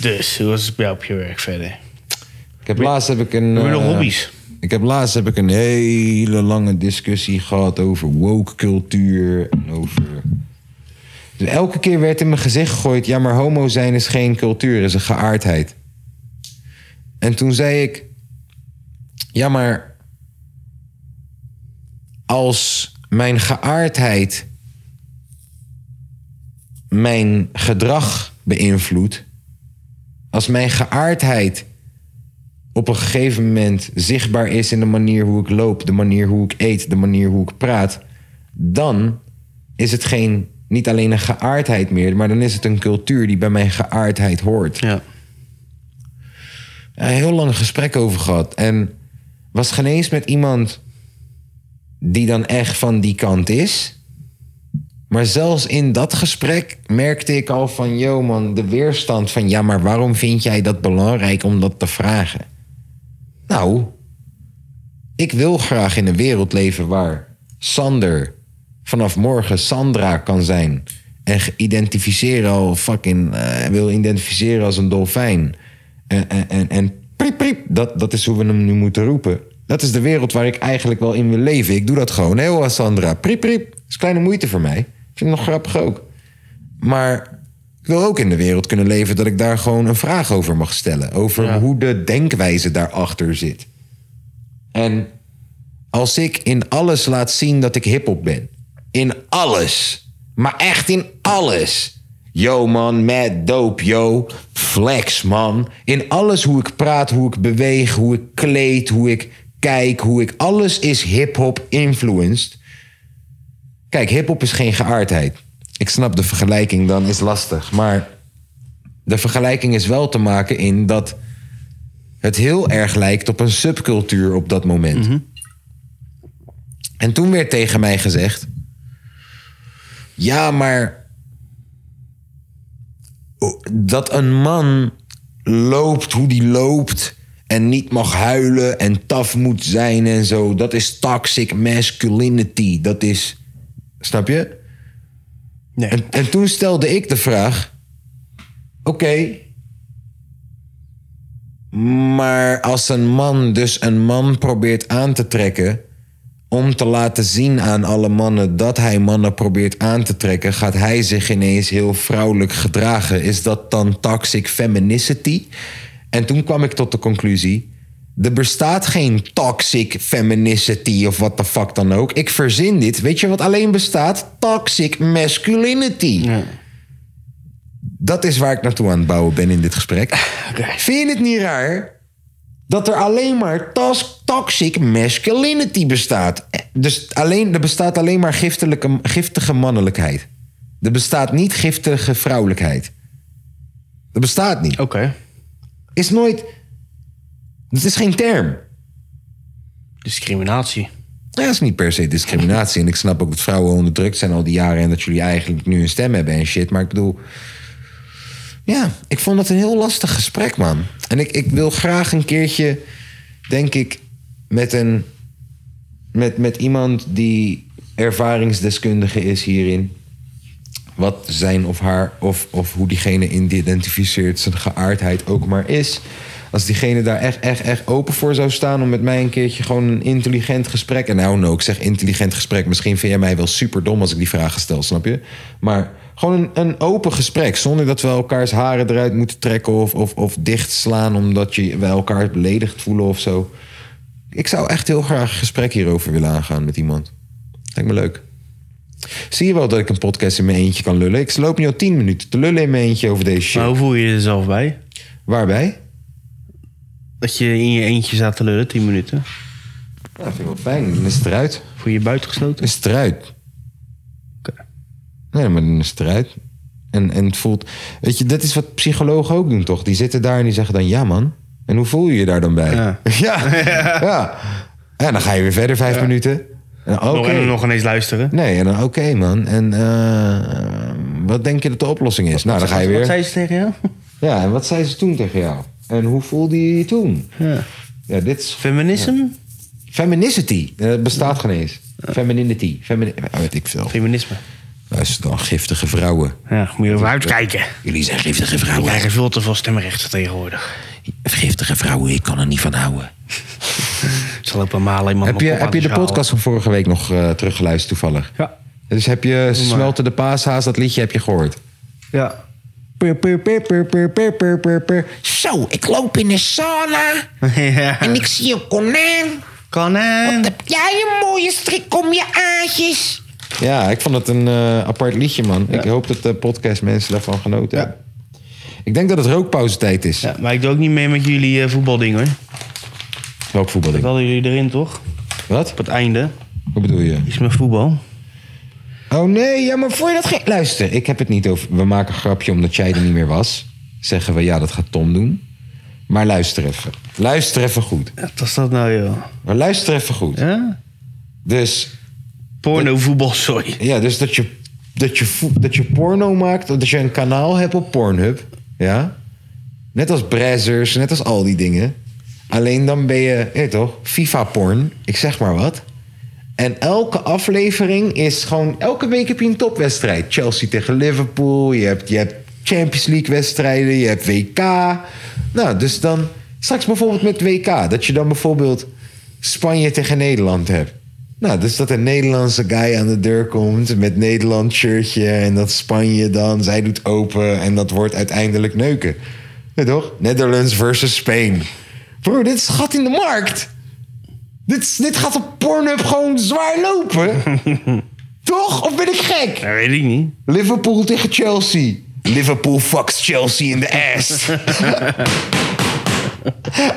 B: Dus, hoe was het bij jou op je werk verder?
C: Eh, Ik heb laatst heb ik een...
B: Heb je nog
C: eh,
B: hobby's?
C: Ik heb laatst heb ik een hele lange discussie gehad over woke cultuur en over... Dus elke keer werd in mijn gezicht gegooid... ja, maar homo zijn is geen cultuur, is een geaardheid. En toen zei ik... ja, maar... als mijn geaardheid... mijn gedrag beïnvloedt... als mijn geaardheid op een gegeven moment zichtbaar is in de manier hoe ik loop, de manier hoe ik eet, de manier hoe ik praat, dan is het geen, niet alleen een geaardheid meer, maar dan is het een cultuur die bij mijn geaardheid hoort.
B: Ja.
C: Ja, heel lang een gesprek over gehad. En was geen eens met iemand die dan echt van die kant is. Maar zelfs in dat gesprek merkte ik al van... yo man, de weerstand van... ja, maar waarom vind jij dat belangrijk om dat te vragen? Nou, ik wil graag in een wereld leven waar Sander vanaf morgen Sandra kan zijn. En ge- identificeren al fucking, eh, wil identificeren als een dolfijn. En, en, en, en priep, priep, dat, dat is hoe we hem nu moeten roepen. Dat is de wereld waar ik eigenlijk wel in wil leven. Ik doe dat gewoon. Hé hoor, Sandra, priep, priep. is kleine moeite voor mij. Ik vind het nog grappig ook. Maar ik wil ook in de wereld kunnen leven dat ik daar gewoon een vraag over mag stellen. Over hoe de denkwijze daarachter zit. En als ik in alles laat zien dat ik hip-hop ben. In alles. Maar echt in alles. Yo man, mad dope, yo. Flex man. In alles hoe ik praat, hoe ik beweeg, hoe ik kleed, hoe ik kijk, hoe ik. Alles is hip-hop influenced. Kijk, hip-hop is geen geaardheid. Ik snap de vergelijking dan is lastig. Maar de vergelijking is wel te maken in dat het heel erg lijkt op een subcultuur op dat moment. En toen werd tegen mij gezegd: Ja, maar. Dat een man loopt hoe die loopt. En niet mag huilen en taf moet zijn en zo. Dat is toxic masculinity. Dat is. Snap je?
B: Nee.
C: En, en toen stelde ik de vraag: Oké. maar als een man dus een man probeert aan te trekken om te laten zien aan alle mannen dat hij mannen probeert aan te trekken, gaat hij zich ineens heel vrouwelijk gedragen. Is dat dan toxic femininity? En toen kwam ik tot de conclusie: er bestaat geen toxic femininity of wat de fuck dan ook. Ik verzin dit. Weet je wat alleen bestaat? Toxic masculinity. Dat is waar ik naartoe aan het bouwen ben in dit gesprek. Vind je het niet raar dat er alleen maar tas- toxic masculinity bestaat? Eh, Dus alleen, er bestaat alleen maar giftelijke, giftige mannelijkheid. Er bestaat niet giftige vrouwelijkheid. Dat bestaat niet.
B: Oké.
C: Is nooit. Het is geen term.
B: Discriminatie.
C: Ja, dat is niet per se discriminatie. En ik snap ook dat vrouwen onderdrukt zijn al die jaren. En dat jullie eigenlijk nu een stem hebben en shit. Maar ik bedoel. Ja, ik vond het een heel lastig gesprek, man. En ik, ik wil graag een keertje, denk ik, met een. Met, met iemand die ervaringsdeskundige is hierin. Wat zijn of haar of, of hoe diegene identificeert zijn geaardheid ook maar is. Als diegene daar echt, echt, echt open voor zou staan om met mij een keertje gewoon een intelligent gesprek. En nou, no, ik zeg intelligent gesprek. Misschien vind jij mij wel super dom als ik die vragen stel, snap je? Maar gewoon een, een open gesprek. Zonder dat we elkaars haren eruit moeten trekken of, of, of dicht slaan omdat je, we elkaar beledigd voelen of zo. Ik zou echt heel graag een gesprek hierover willen aangaan met iemand. Lijkt me leuk. Zie je wel dat ik een podcast in mijn eentje kan lullen? Ik loop nu al tien minuten te lullen in mijn eentje over deze shit.
B: Maar hoe voel je je er zelf bij?
C: Waarbij?
B: Dat je in je eentje zat te lullen, 10 minuten.
C: Nou, vind ik wel fijn. Dan is het eruit.
B: Voel je je buitengesloten?
C: Dan is het eruit.
B: Oké.
C: Nee, maar dan is het eruit. En, en het voelt... Weet je, dat is wat psychologen ook doen, toch? Die zitten daar en die zeggen dan... Ja, man. En hoe voel je je daar dan bij?
B: Ja.
C: Ja. ja. En dan ga je weer verder vijf minuten. En,
B: Nog,
C: oké.
B: Oh, en nog ineens luisteren.
C: Nee, en dan oké, man. En eh, wat denk je dat de oplossing is? nou, dan ga je weer...
B: Wat zei ze tegen jou?
C: Ja, en wat zei ze toen tegen jou? En hoe voelde je je toen?
B: Ja.
C: Ja, dit is...
B: Feminism?
C: Feminicity. Eh, Het bestaat geen eens. Femininity. Femini eh, weet ik veel.
B: Feminisme.
C: Luister dan, giftige vrouwen.
B: Ja, moet je even uitkijken.
C: Jullie zijn giftige
B: We
C: vrouwen.
B: krijgen veel te veel stemrechten tegenwoordig.
C: Giftige vrouwen, ik kan er niet van houden.
B: Ze lopen malen iemand
C: Heb je,
B: mijn kop
C: heb je
B: aan
C: de
B: te schalen.
C: podcast van vorige week nog eh, teruggeluisterd toevallig?
B: Ja.
C: Dus heb je Smelten de Paashaas, dat liedje heb je gehoord?
B: Ja.
C: Pur, pur, pur, pur, pur, pur, pur, pur, pur. Zo, ik loop in de sauna en ik zie een konijn.
B: Kan hè?
C: Heb jij een mooie strik om je aardjes? Ja, ik vond het een eh, apart liedje, man. Ik hoop dat de podcast mensen daarvan genoten
B: Ja.
C: hebben. Ik denk dat het rookpauzetijd is.
B: Ja, maar ik doe ook niet mee met jullie eh, voetbalding hoor.
C: Welk voetbalding?
B: Ik hadden jullie erin toch?
C: Wat?
B: Op het einde.
C: Wat bedoel je?
B: Iets met voetbal.
C: Oh nee, ja, maar voor je dat ge- Luister, ik heb het niet over... We maken een grapje omdat jij er niet meer was. Zeggen we, ja, dat gaat Tom doen. Maar luister even. Luister even goed.
B: Ja, Wat is dat nou joh?
C: Maar luister even goed.
B: Ja?
C: Dus
B: Porno voetbal, sorry.
C: Ja, dus dat je, dat, je, vo- dat je porno maakt, dat je een kanaal hebt op Pornhub. Ja? Net als Brazzers, net als al die dingen. Alleen dan ben je, je weet toch, FIFA-porn, ik zeg maar wat. En elke aflevering is gewoon... Elke week heb je een topwedstrijd. Chelsea tegen Liverpool. Je hebt, je hebt Champions League wedstrijden. Je hebt WK. Nou, dus dan... Straks bijvoorbeeld met WK. Dat je dan bijvoorbeeld Spanje tegen Nederland hebt. Nou, dus dat een Nederlandse guy aan de deur komt met Nederland shirtje. En dat Spanje dan, zij doet open. En dat wordt uiteindelijk neuken. Ja, toch? Netherlands versus Spain. Bro, dit is gat in de markt. Dit, is- dit gaat op Pornhub gewoon zwaar lopen. Toch? Of ben ik gek?
B: Dat weet ik niet.
C: Liverpool tegen Chelsea. Liverpool fucks Chelsea in de ass.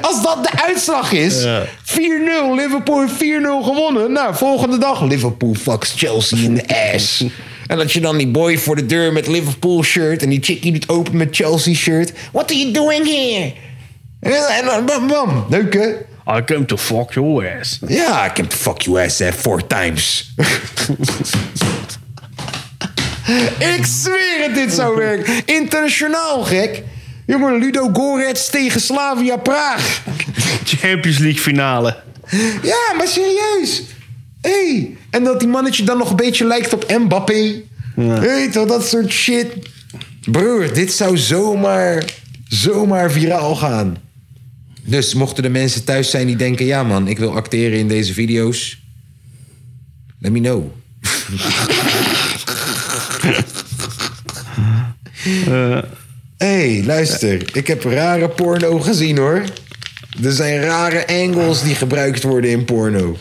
C: Als dat de uitslag is, 4-0, Liverpool heeft 4-0 gewonnen. Nou, volgende dag, Liverpool fucks Chelsea in de ass. En dat je dan die boy voor de deur met Liverpool shirt en die chickie doet open met Chelsea shirt. What are you doing here? En en dan bam, bam, leuk hè?
B: I come to fuck your ass.
C: Ja, ik heb de fuck you ass hè, four times. ik zweer het, dit zou werken. Internationaal, gek. Jongen, Ludo Goretz tegen Slavia Praag.
B: Champions League finale.
C: Ja, maar serieus. Hey. En dat die mannetje dan nog een beetje lijkt op Mbappé. Weet wel, dat soort shit. Broer, dit zou zomaar, zomaar viraal gaan. Dus mochten de mensen thuis zijn die denken... ja man, ik wil acteren in deze video's... Let me know. hey, luister. Ik heb rare porno gezien hoor. Er zijn rare angles die gebruikt worden in porno.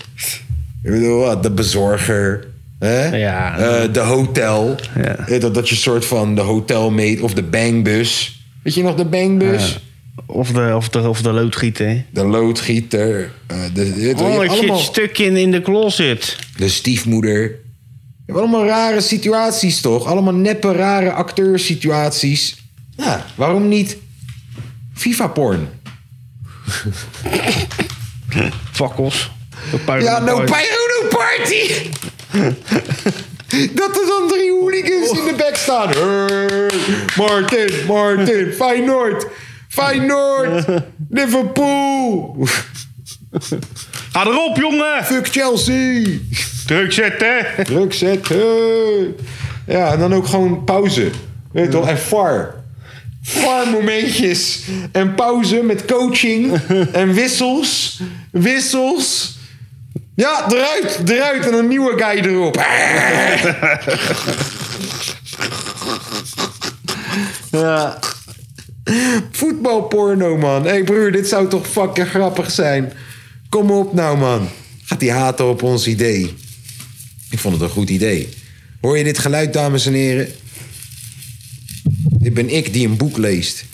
C: Ik bedoel, wat? De bezorger. Hè?
B: Ja.
C: Eh, de hotel.
B: Ja.
C: Eh, Dat, dat je soort van de hotelmeet of de bangbus. Weet je nog de bangbus?
B: Of de, of de, of de loodgieter. hè?
C: De loodgieter. eh, de, je weet wel, je
B: Oh, ik
C: hebt
B: zit
C: allemaal-
B: stuk in, in de closet.
C: de stiefmoeder. Je hebt allemaal rare situaties, toch? Allemaal neppe, rare acteursituaties. Ja, waarom niet FIFA-porn?
B: Fakkels. De pyro-
C: Ja, no Pyro, no party! Dat er dan drie hooligans in de bek staan. Hey, Martin, Martin, Feyenoord, Feyenoord, Liverpool,
B: Ga erop, jongen!
C: fuck Chelsea.
B: Druk zetten!
C: Druk zetten. Ja, en dan ook gewoon pauze. Weet je wel, en VAR. VAR momentjes. En pauze met coaching. En wissels. Wissels. Ja, eruit, eruit. En een nieuwe guy erop.
B: Ja.
C: Voetbalporno, man. Hé hey broer, dit zou toch fucking grappig zijn. Kom op nou, man. Gaat die haten op ons idee. Ik vond het een goed idee. Hoor je dit geluid, dames en heren? Dit ben ik die een boek leest.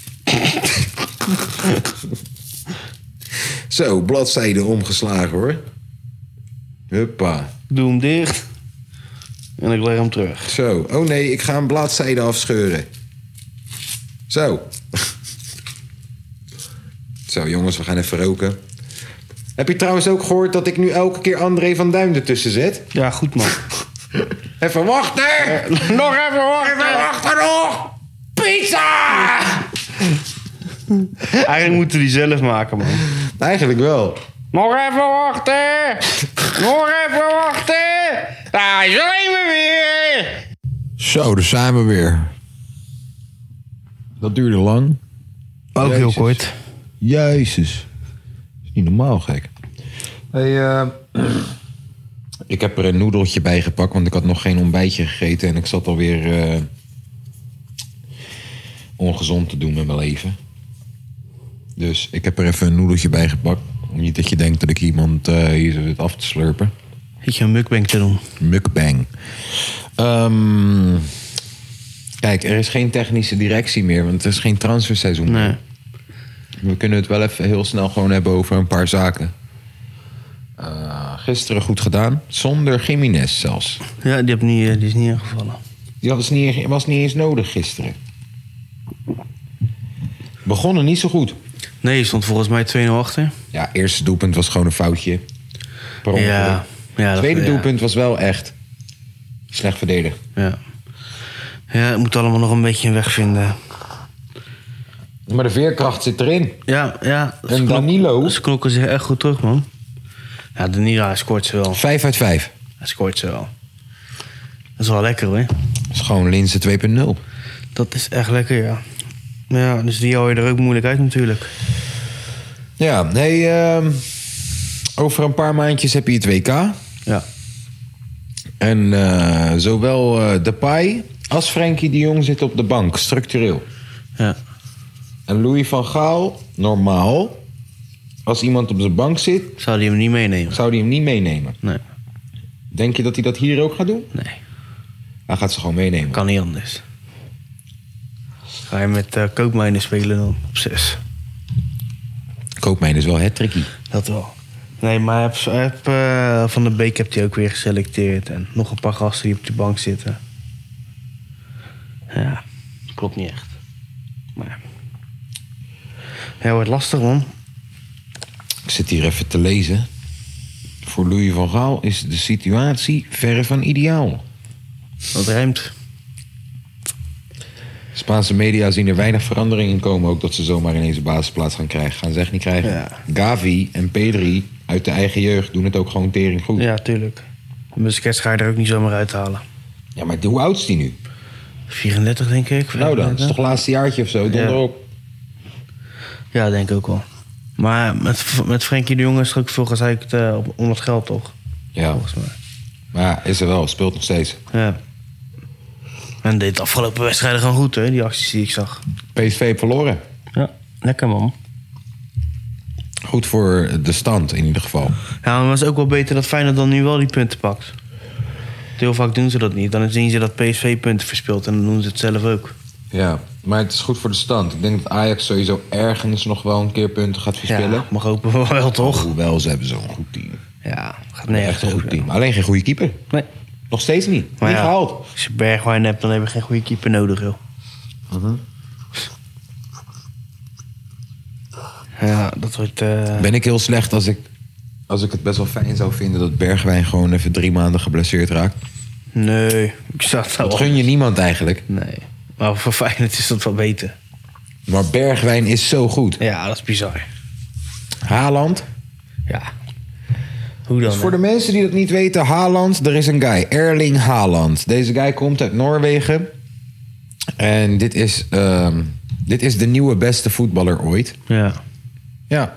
C: Zo, bladzijden omgeslagen, hoor. Huppa.
B: Doe hem dicht. En ik leg hem terug.
C: Zo. Oh nee, ik ga een bladzijde afscheuren. Zo. Zo, jongens, we gaan even roken. Heb je trouwens ook gehoord dat ik nu elke keer André van Duin ertussen zet?
B: Ja, goed man.
C: Even wachten!
B: Eh, Nog even wachten!
C: Wachten nog! Pizza!
B: Eigenlijk moeten die zelf maken, man.
C: Eigenlijk wel.
B: Nog even wachten! Nog even wachten! Daar zijn we weer!
C: Zo, dus zijn we weer. Dat duurde lang.
B: Ook
C: Jezus.
B: heel kort.
C: Jezus. is niet normaal gek. Ik heb er een noedeltje bij gepakt, want ik had nog geen ontbijtje gegeten. En ik zat alweer eh, ongezond te doen met mijn leven. Dus ik heb er even een noedeltje bij gepakt. Niet dat je denkt dat ik iemand eh, hier zit af te slurpen.
B: Weet je een mukbang te doen?
C: Mukbang. Ehm, kijk, er is geen technische directie meer, want er is geen transferseizoen.
B: Nee.
C: We kunnen het wel even heel snel gewoon hebben over een paar zaken. Eh, gisteren goed gedaan, zonder Jiménez zelfs.
B: Ja, die, heb niet, eh, die is niet ingevallen.
C: Die was niet, was niet eens nodig gisteren. Begonnen niet zo goed.
B: Nee, je stond volgens mij 2-0 achter.
C: Ja, eerste doelpunt was gewoon een foutje. Per ongeluk.
B: Ja. ja dat-
C: Tweede
B: ja.
C: doelpunt was wel echt slecht verdedigd.
B: Ja. Ja, het moet allemaal nog een beetje een weg vinden.
C: Maar de veerkracht zit erin.
B: Ja, ja.
C: En Danilo?
B: Ze knokken zich echt goed terug, man. Ja, Danilo, hij scoort ze wel.
C: Vijf uit vijf.
B: Hij scoort ze wel. Dat is wel lekker, hoor.
C: Dat is gewoon Linse 2.0.
B: Dat is echt lekker, ja. Ja, dus die hou je er ook moeilijk uit natuurlijk.
C: Ja, nee, ehm, over een paar maandjes heb je het WK.
B: Ja.
C: En eh, zowel eh Depay als Frenkie de Jong zitten op de bank, structureel.
B: Ja.
C: En Louis van Gaal, normaal, als iemand op zijn bank zit,
B: Zou die hem niet meenemen?
C: zou hij hem niet meenemen.
B: Nee.
C: Denk je dat hij dat hier ook gaat doen?
B: Nee.
C: Hij gaat ze gewoon meenemen.
B: Kan niet anders. Ga je met eh koopmijnen spelen dan op zes?
C: Koopmijn is wel het tricky.
B: Dat wel. Nee, maar heb, heb, eh, Van der Beek heb die ook weer geselecteerd. En nog een paar gasten die op die bank zitten. Ja, klopt niet echt. Maar ja, wordt lastig, man.
C: Ik zit hier even te lezen. Voor Louis van Gaal is de situatie verre van ideaal.
B: Dat ruimt.
C: Spaanse media zien er weinig verandering in komen. Ook dat ze zomaar ineens een basisplaats gaan krijgen. Gaan ze echt niet krijgen.
B: Ja.
C: Gavi en Pedri uit de eigen jeugd doen het ook gewoon tering goed.
B: Ja, tuurlijk. Busquets ga je er ook niet zomaar uithalen.
C: Ja, maar hoe oud is die nu?
B: 34, denk ik.
C: Nou dan, dat is toch laatste jaartje of zo? Donder
B: Ja.
C: op.
B: Ja, denk ik ook wel. Maar met, met Frenkie de Jong is er ook veel gezeik eh, om het geld, toch?
C: Ja.
B: Volgens mij.
C: Maar ja, is er wel, speelt nog steeds.
B: Ja. En deed de afgelopen wedstrijden gewoon goed, hè, die acties die ik zag.
C: PSV heeft verloren.
B: Ja, lekker man.
C: Goed voor de stand in ieder geval.
B: Ja, maar het is ook wel beter dat Feyenoord dan nu wel die punten pakt. Want Heel vaak doen ze dat niet. Dan zien ze dat PSV punten verspeelt en dan doen ze het zelf ook.
C: Ja, maar het is goed voor de stand. Ik denk dat Ajax sowieso ergens nog wel een keer punten gaat verspillen.
B: Ja, mag hopen we wel, toch?
C: Hoewel, ze hebben zo'n goed team.
B: Ja, gaat nergens
C: Echt een
B: over.
C: goed team. Alleen geen goede keeper.
B: Nee.
C: Nog steeds niet.
B: Maar
C: niet
B: ja,
C: gehaald.
B: Als je Bergwijn hebt, dan heb je geen goede keeper nodig, joh. Mhm. Ja, dat wordt... eh,
C: Ben ik heel slecht als ik, als ik het best wel fijn zou vinden dat Bergwijn gewoon even drie maanden geblesseerd raakt?
B: Nee, ik zat daar
C: Dat
B: wel.
C: gun je niemand eigenlijk.
B: Nee. Maar voor Feyenoord is dat wel beter.
C: Maar Bergwijn is zo goed.
B: Ja, dat is bizar.
C: Haaland.
B: Ja. Hoe dan?
C: Dus voor de mensen die dat niet weten, Haaland, er is een guy. Erling Haaland. Deze guy komt uit Noorwegen. En dit is, ehm, dit is de nieuwe beste voetballer ooit.
B: hè? Ja.
C: Ja.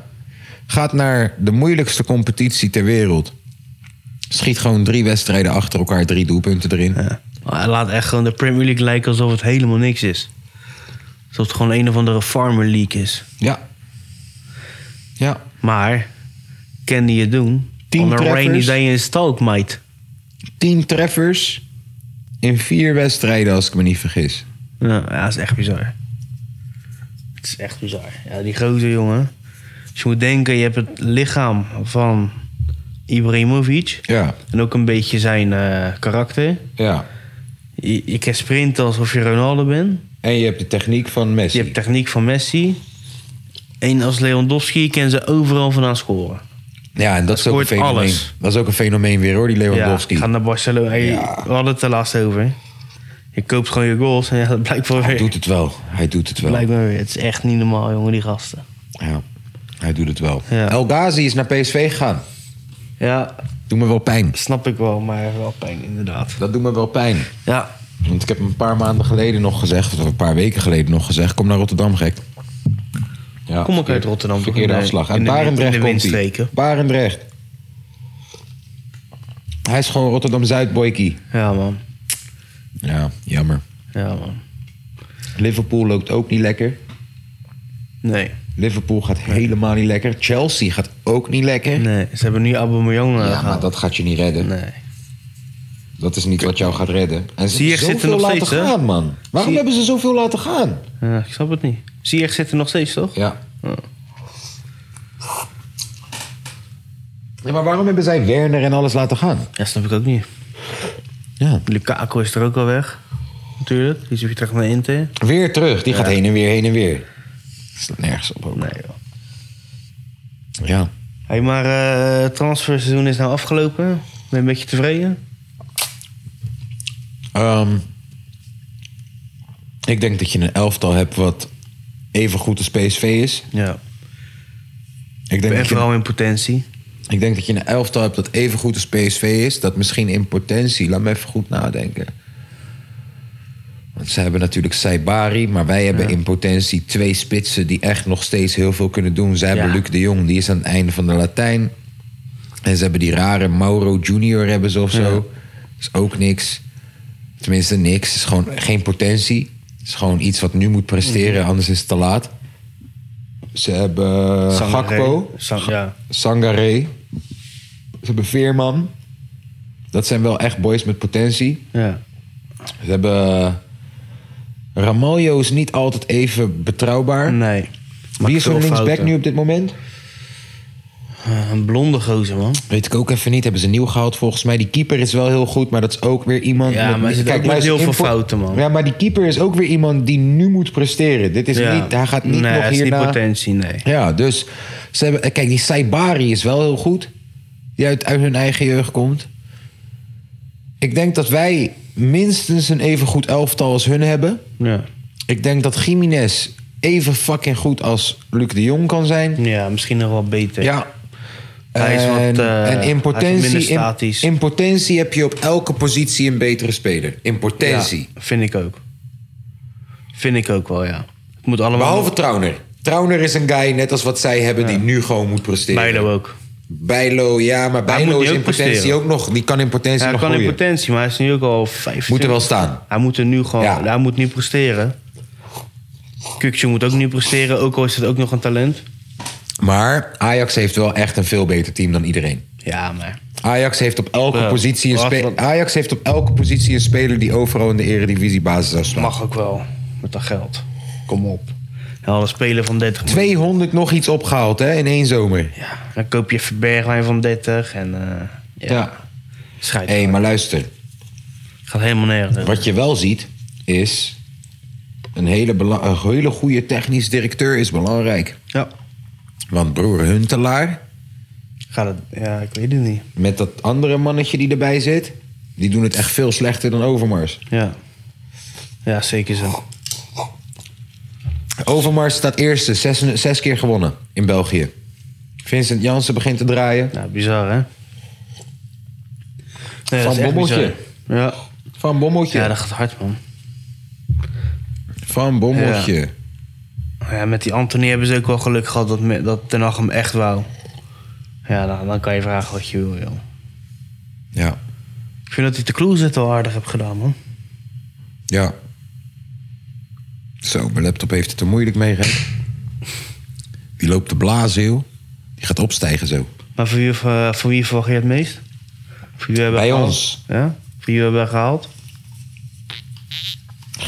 C: Gaat naar de moeilijkste competitie ter wereld. Schiet gewoon drie wedstrijden achter elkaar, drie doelpunten erin.
B: Maar Oh, Hij laat echt gewoon de Premier League lijken alsof het helemaal niks is. Alsof het gewoon een of andere Farmer League is.
C: Ja. Ja.
B: Maar, kan die het doen?
C: Tien
B: On a
C: treffers.
B: rainy day in Stalk, mate.
C: Tien treffers in vier wedstrijden, als ik me niet vergis.
B: Ja, ja, dat is echt bizar. Het is echt bizar. Ja, die grote jongen. Dus je moet denken, je hebt het lichaam van Ibrahimovic.
C: Ja.
B: En ook een beetje zijn eh, karakter.
C: Ja.
B: Je, je kan sprinten alsof je Ronaldo bent.
C: En je hebt de techniek van Messi.
B: Je hebt techniek van Messi. En als Lewandowski kan ze overal vandaan scoren.
C: Ja, en dat is ook een
B: scoort
C: fenomeen.
B: alles.
C: Dat is ook een fenomeen weer hoor, die Lewandowski.
B: Ja, ga nou naar Barcelona. Hey,
C: Ja.
B: We hadden het er laatst over. Je koopt gewoon je goals en ja, dat blijkt wel
C: Hij
B: weer.
C: doet het wel. Hij doet het wel.
B: Blijkt wel weer. Het is echt niet normaal, jongen, die gasten.
C: Ja. Hij doet het wel.
B: Ja.
C: El Ghazi is naar PSV gegaan.
B: Ja,
C: Doet me wel pijn.
B: snap ik wel, maar wel pijn inderdaad.
C: Dat doet me wel pijn.
B: Ja,
C: Want ik heb hem een paar maanden geleden nog gezegd, of een paar weken geleden nog gezegd, kom naar Rotterdam gek. Ja,
B: Kom ook uit Rotterdam, toch?
C: Verkeerde
B: In de-
C: afslag.
B: in
C: En
B: de win-
C: Barendrecht
B: in de
C: komt hij.
B: windstreken.
C: Barendrecht. Hij is gewoon rotterdam zuid boykie.
B: ja man.
C: Ja, jammer.
B: Ja man.
C: Liverpool loopt ook niet lekker.
B: Nee.
C: Liverpool gaat helemaal niet lekker. Chelsea gaat ook niet lekker.
B: Nee, ze hebben nu Aubameyang eh,
C: Ja, maar
B: gehaald.
C: dat gaat je niet redden.
B: Nee.
C: Dat is niet wat jou gaat redden. En ze
B: Ziyech
C: hebben
B: zit er
C: zoveel
B: nog
C: laten
B: steeds, hè?
C: gaan, man. Waarom
B: Zie-
C: hebben ze zoveel laten gaan?
B: Ja, ik snap het niet. Ziyech zit er nog steeds, toch?
C: Ja. Ja, maar waarom hebben zij Werner en alles laten gaan?
B: Ja, snap ik ook niet.
C: Ja.
B: Lukaku is er ook al weg. Natuurlijk. Die is weer terug naar Inter.
C: Weer terug. Die gaat heen en weer, heen en weer. Dat slaat nergens op ook.
B: Nee joh.
C: Ja.
B: Hé, hey, maar eh, het transferseizoen is nou afgelopen. Ben je een beetje tevreden?
C: Ehm, ik denk dat je een elftal hebt wat even goed als PSV is.
B: Ja.
C: Ik denk,
B: En
C: dat je,
B: vooral in potentie.
C: ik denk dat je een elftal hebt dat even goed als PSV is. Dat misschien in potentie. Laat me even goed nadenken. Want ze hebben natuurlijk Saibari, maar wij hebben in potentie twee spitsen die echt nog steeds heel veel kunnen doen. Ze hebben
B: Ja.
C: Luc de Jong, die is aan het einde van de Latijn. En ze hebben die rare Mauro Junior hebben ze of zo. Is ook niks. Tenminste, niks. Is gewoon geen potentie. Is gewoon iets wat nu moet presteren, anders is het te laat. Ze hebben eh,
B: Sangaré.
C: Gakpo,
B: Sang- ja.
C: Sangaré. Ze hebben Veerman. Dat zijn wel echt boys met potentie.
B: Ja.
C: Ze hebben. Ramaljo is niet altijd even betrouwbaar.
B: Nee.
C: Wie is
B: veel
C: zo'n linksback
B: fouten.
C: nu op dit moment?
B: Eh, een blonde gozer, man.
C: Weet ik ook even niet. Hebben ze nieuw gehaald volgens mij. Die keeper is wel heel goed, maar dat is ook weer iemand...
B: Ja, maar er zitten ook nog
C: hij is
B: heel veel
C: in voor-
B: fouten, man.
C: Ja, maar die keeper is ook weer iemand die nu moet presteren. Dit is
B: Ja.
C: niet... Hij gaat niet
B: nee,
C: nog
B: hij is
C: hierna...
B: niet potentie, nee.
C: Ja, dus ze hebben, kijk, die Saibari is wel heel goed. Die uit, uit hun eigen jeugd komt. Ik denk dat wij minstens een even goed elftal als hun hebben.
B: Ja.
C: Ik denk dat Jiménez even fucking goed als Luc de Jong kan zijn.
B: ja, misschien nog wel beter.
C: Ja.
B: Hij is wat,
C: en,
B: eh,
C: en
B: hij
C: in
B: is wat
C: potentie,
B: minder
C: in-
B: statisch.
C: In, potentie heb je op elke positie een betere speler. In potentie.
B: Ja, vind ik ook. Vind ik ook wel, ja. Het moet allemaal...
C: Behalve Trauner. Trauner is een guy, net als wat zij hebben, die nu gewoon moet presteren.
B: Bijlo ook.
C: Bijlo, ja, maar
B: Hij moet
C: Bijlo
B: die
C: is in
B: ook
C: potentie
B: presteren.
C: ook nog. Die kan in potentie
B: Hij
C: nog
B: kan in
C: groeien.
B: potentie, maar hij is nu ook al 25.
C: Moet er wel staan.
B: Hij moet er nu gewoon,
C: Ja.
B: hij moet nu presteren. Kukje moet ook nu presteren, ook al is het ook nog een talent.
C: Maar Ajax heeft wel echt een veel beter team dan iedereen.
B: Ja, maar
C: Ajax heeft op elke
B: Ja,
C: positie een
B: wacht,
C: spe-
B: want-
C: Ajax heeft op elke positie een speler die overal in de eredivisie basis zou staan.
B: mag ook wel met dat geld. Kom op. En alle spelen van 30.
C: 200 nog iets opgehaald hè, in één zomer.
B: Ja, dan koop je Verbergwijn van 30 en eh ja,
C: Ja.
B: schijt.
C: Hé, maar luister.
B: Gaat helemaal nergens.
C: Wat je wel ziet is een hele, bela- een hele goede technisch directeur is belangrijk.
B: Ja,
C: Want broer Huntelaar
B: gaat het, ja, ik weet het niet.
C: met dat andere mannetje die erbij zit, die doen het echt veel slechter dan Overmars.
B: Ja, ja zeker zo.
C: Overmars staat eerste, zes, zes keer gewonnen in België. Vincent Jansen begint te draaien.
B: Ja, Nou, bizar hè? Nee,
C: Van
B: dat is echt
C: Bommeltje.
B: bizar. Ja.
C: Van Bommeltje.
B: ja, dat gaat hard man.
C: Van Bommeltje.
B: Ja. Ja, met die Anthony hebben ze ook wel geluk gehad dat, me- dat Ten Hag hem echt wou. Ja, dan, dan kan je vragen wat je wil, joh.
C: Ja.
B: Ik vind dat hij de Kloes het al aardig heeft gedaan, man.
C: Ja. Zo, mijn laptop heeft het er moeilijk mee gehad. Die loopt de blazen, joh. Die gaat opstijgen zo.
B: Maar voor wie, eh, voor wie verwacht je het meest? Voor wie we hebben
C: Bij
B: gehaald?
C: ons.
B: Ja? Voor wie we hebben gehaald?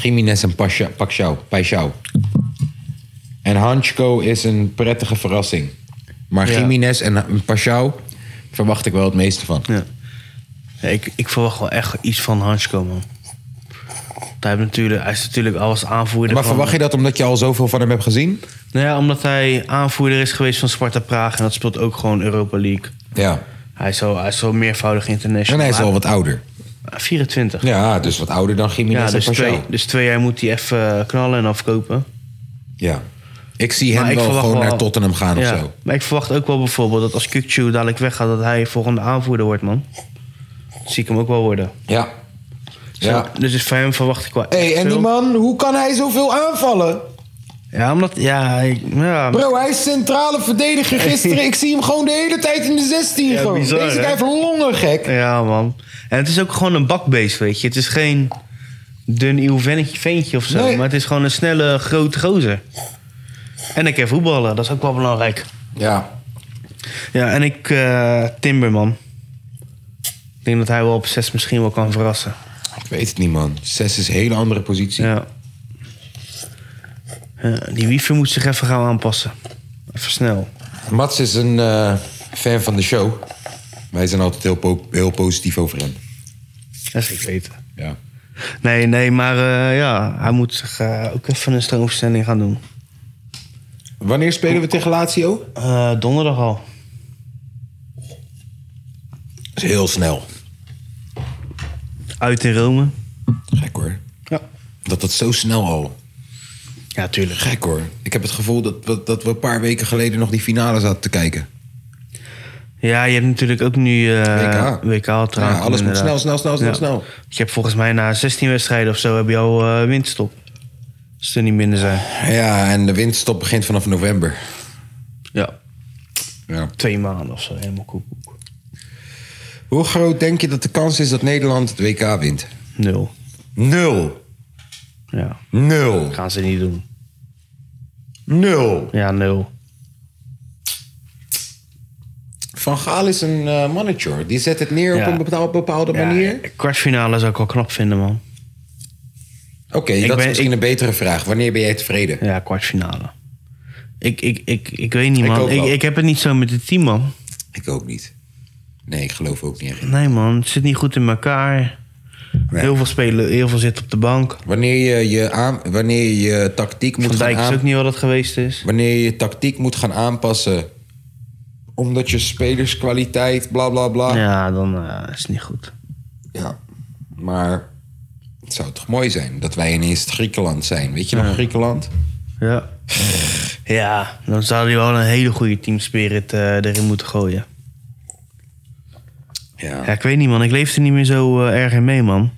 C: Jiménez en Pasha- Paxiao. Paixao. En Hanchko is een prettige verrassing. Maar
B: Ja.
C: Jiménez en Paschau verwacht ik wel het meeste van.
B: Ja. Ja, ik, ik verwacht wel echt iets van Hansko, man. Hij, heeft natuurlijk, hij is natuurlijk als aanvoerder
C: Maar
B: van-
C: verwacht je dat omdat je al zoveel van hem hebt gezien?
B: Nou ja, omdat hij aanvoerder is geweest van Sparta Praag... en dat speelt ook gewoon Europa League.
C: Ja.
B: Hij is al, hij is al meervoudig
C: En
B: international.
C: hij is al wat ouder.
B: 24.
C: Ja, dus wat ouder dan Jiménez
B: Ja,
C: en
B: dus
C: Paschal.
B: twee, dus twee jaar moet hij even eh, knallen en afkopen.
C: Ja. Ik zie hem
B: Maar ik
C: wel
B: verwacht
C: gewoon
B: wel-
C: naar Tottenham gaan
B: ja.
C: of zo.
B: Maar ik verwacht ook wel bijvoorbeeld dat als Kukchu dadelijk weggaat... dat hij volgende aanvoerder wordt, man. Dat zie ik hem ook wel worden.
C: Ja. Ja.
B: Zo, dus van hem verwacht ik wel
C: Hé,
B: echt
C: en die
B: veel.
C: man, hoe kan hij zoveel aanvallen?
B: Ja, omdat... Ja, hij, ja,
C: Bro, hij is centrale verdediger gisteren. Ik zie hem gewoon de hele tijd in de 16
B: Ja,
C: gewoon.
B: bizar,
C: Deze
B: hè?
C: guy heeft longen gek.
B: ja, man. En het is ook gewoon een bakbeest, weet je. Het is geen dun nieuw vennetje- ventje of zo.
C: Nee.
B: Maar het is gewoon een snelle, grote gozer. En ik kan voetballen, dat is ook wel belangrijk.
C: Ja.
B: Ja, en ik, eh, Timberman. Ik denk dat hij wel op 6 misschien wel kan verrassen.
C: Ik weet het niet, man. Zes is een hele andere positie.
B: Ja. Ja, die wiever moet zich even gaan aanpassen. Even snel.
C: Mats is een eh, fan van de show. Wij zijn altijd heel, po- heel positief over hem.
B: Dat is ik weten.
C: Ja.
B: Nee, nee, maar eh, ja, hij moet zich eh, ook even een stroomversnelling gaan doen.
C: Wanneer spelen we tegen Lazio?
B: Eh, donderdag al.
C: Dat is heel snel.
B: Uit in Rome.
C: Gek hoor.
B: Ja.
C: Dat dat zo snel al.
B: Ja, tuurlijk.
C: Gek hoor. Ik heb het gevoel dat, we- dat we een paar weken geleden nog die finale zaten te kijken.
B: Ja, je hebt natuurlijk ook nu eh WK.
C: WK.
B: WK trouwens.
C: Ja, alles moet snel, snel, snel, snel, snel.
B: Je hebt volgens mij na 16 wedstrijden of zo heb je al eh, winststop. Als er niet minder zijn.
C: Ja, en de winterstop begint vanaf november.
B: Ja.
C: Ja.
B: Twee maanden of zo, helemaal koekoek.
C: Hoe groot denk je dat de kans is dat Nederland het WK wint?
B: Nul.
C: Nul.
B: Ja,
C: Nul.
B: gaan ze niet doen.
C: Nul.
B: Ja, nul.
C: Van Gaal is een eh mannetje hoor. Die zet het neer
B: Ja.
C: op een bepaal- bepaalde manier.
B: Ja, kwartfinale zou ik wel knap vinden, man.
C: Oké, dat
B: ben-
C: is misschien een betere vraag. Wanneer ben jij tevreden?
B: Ja, kwartfinale. Ik, ik, ik, ik weet niet,
C: Ik ook
B: man. Ik,
C: wel.
B: ik, heb het niet zo met het team, man.
C: Ik ook niet. Nee, ik geloof ook niet echt in.
B: Nee, man. Het zit niet goed in elkaar. Heel veel spelen, heel veel zit op de bank.
C: Wanneer je je, aan, wanneer je je tactiek moet
B: Van
C: gaan
B: Dijk is ook
C: aanpassen.
B: niet wat het geweest is.
C: Wanneer je je tactiek moet gaan aanpassen. Omdat je spelerskwaliteit, bla bla bla.
B: Ja, dan eh, is het niet goed.
C: Ja, maar het zou toch mooi zijn dat wij ineens het Griekenland zijn. Weet je nog Griekenland?
B: Ja. Ja, dan zou hij wel een hele goede teamspirit eh, erin moeten gooien. Ja,
C: Ja.
B: ik weet niet, man. Ik leef er niet meer zo eh, erg in mee, man.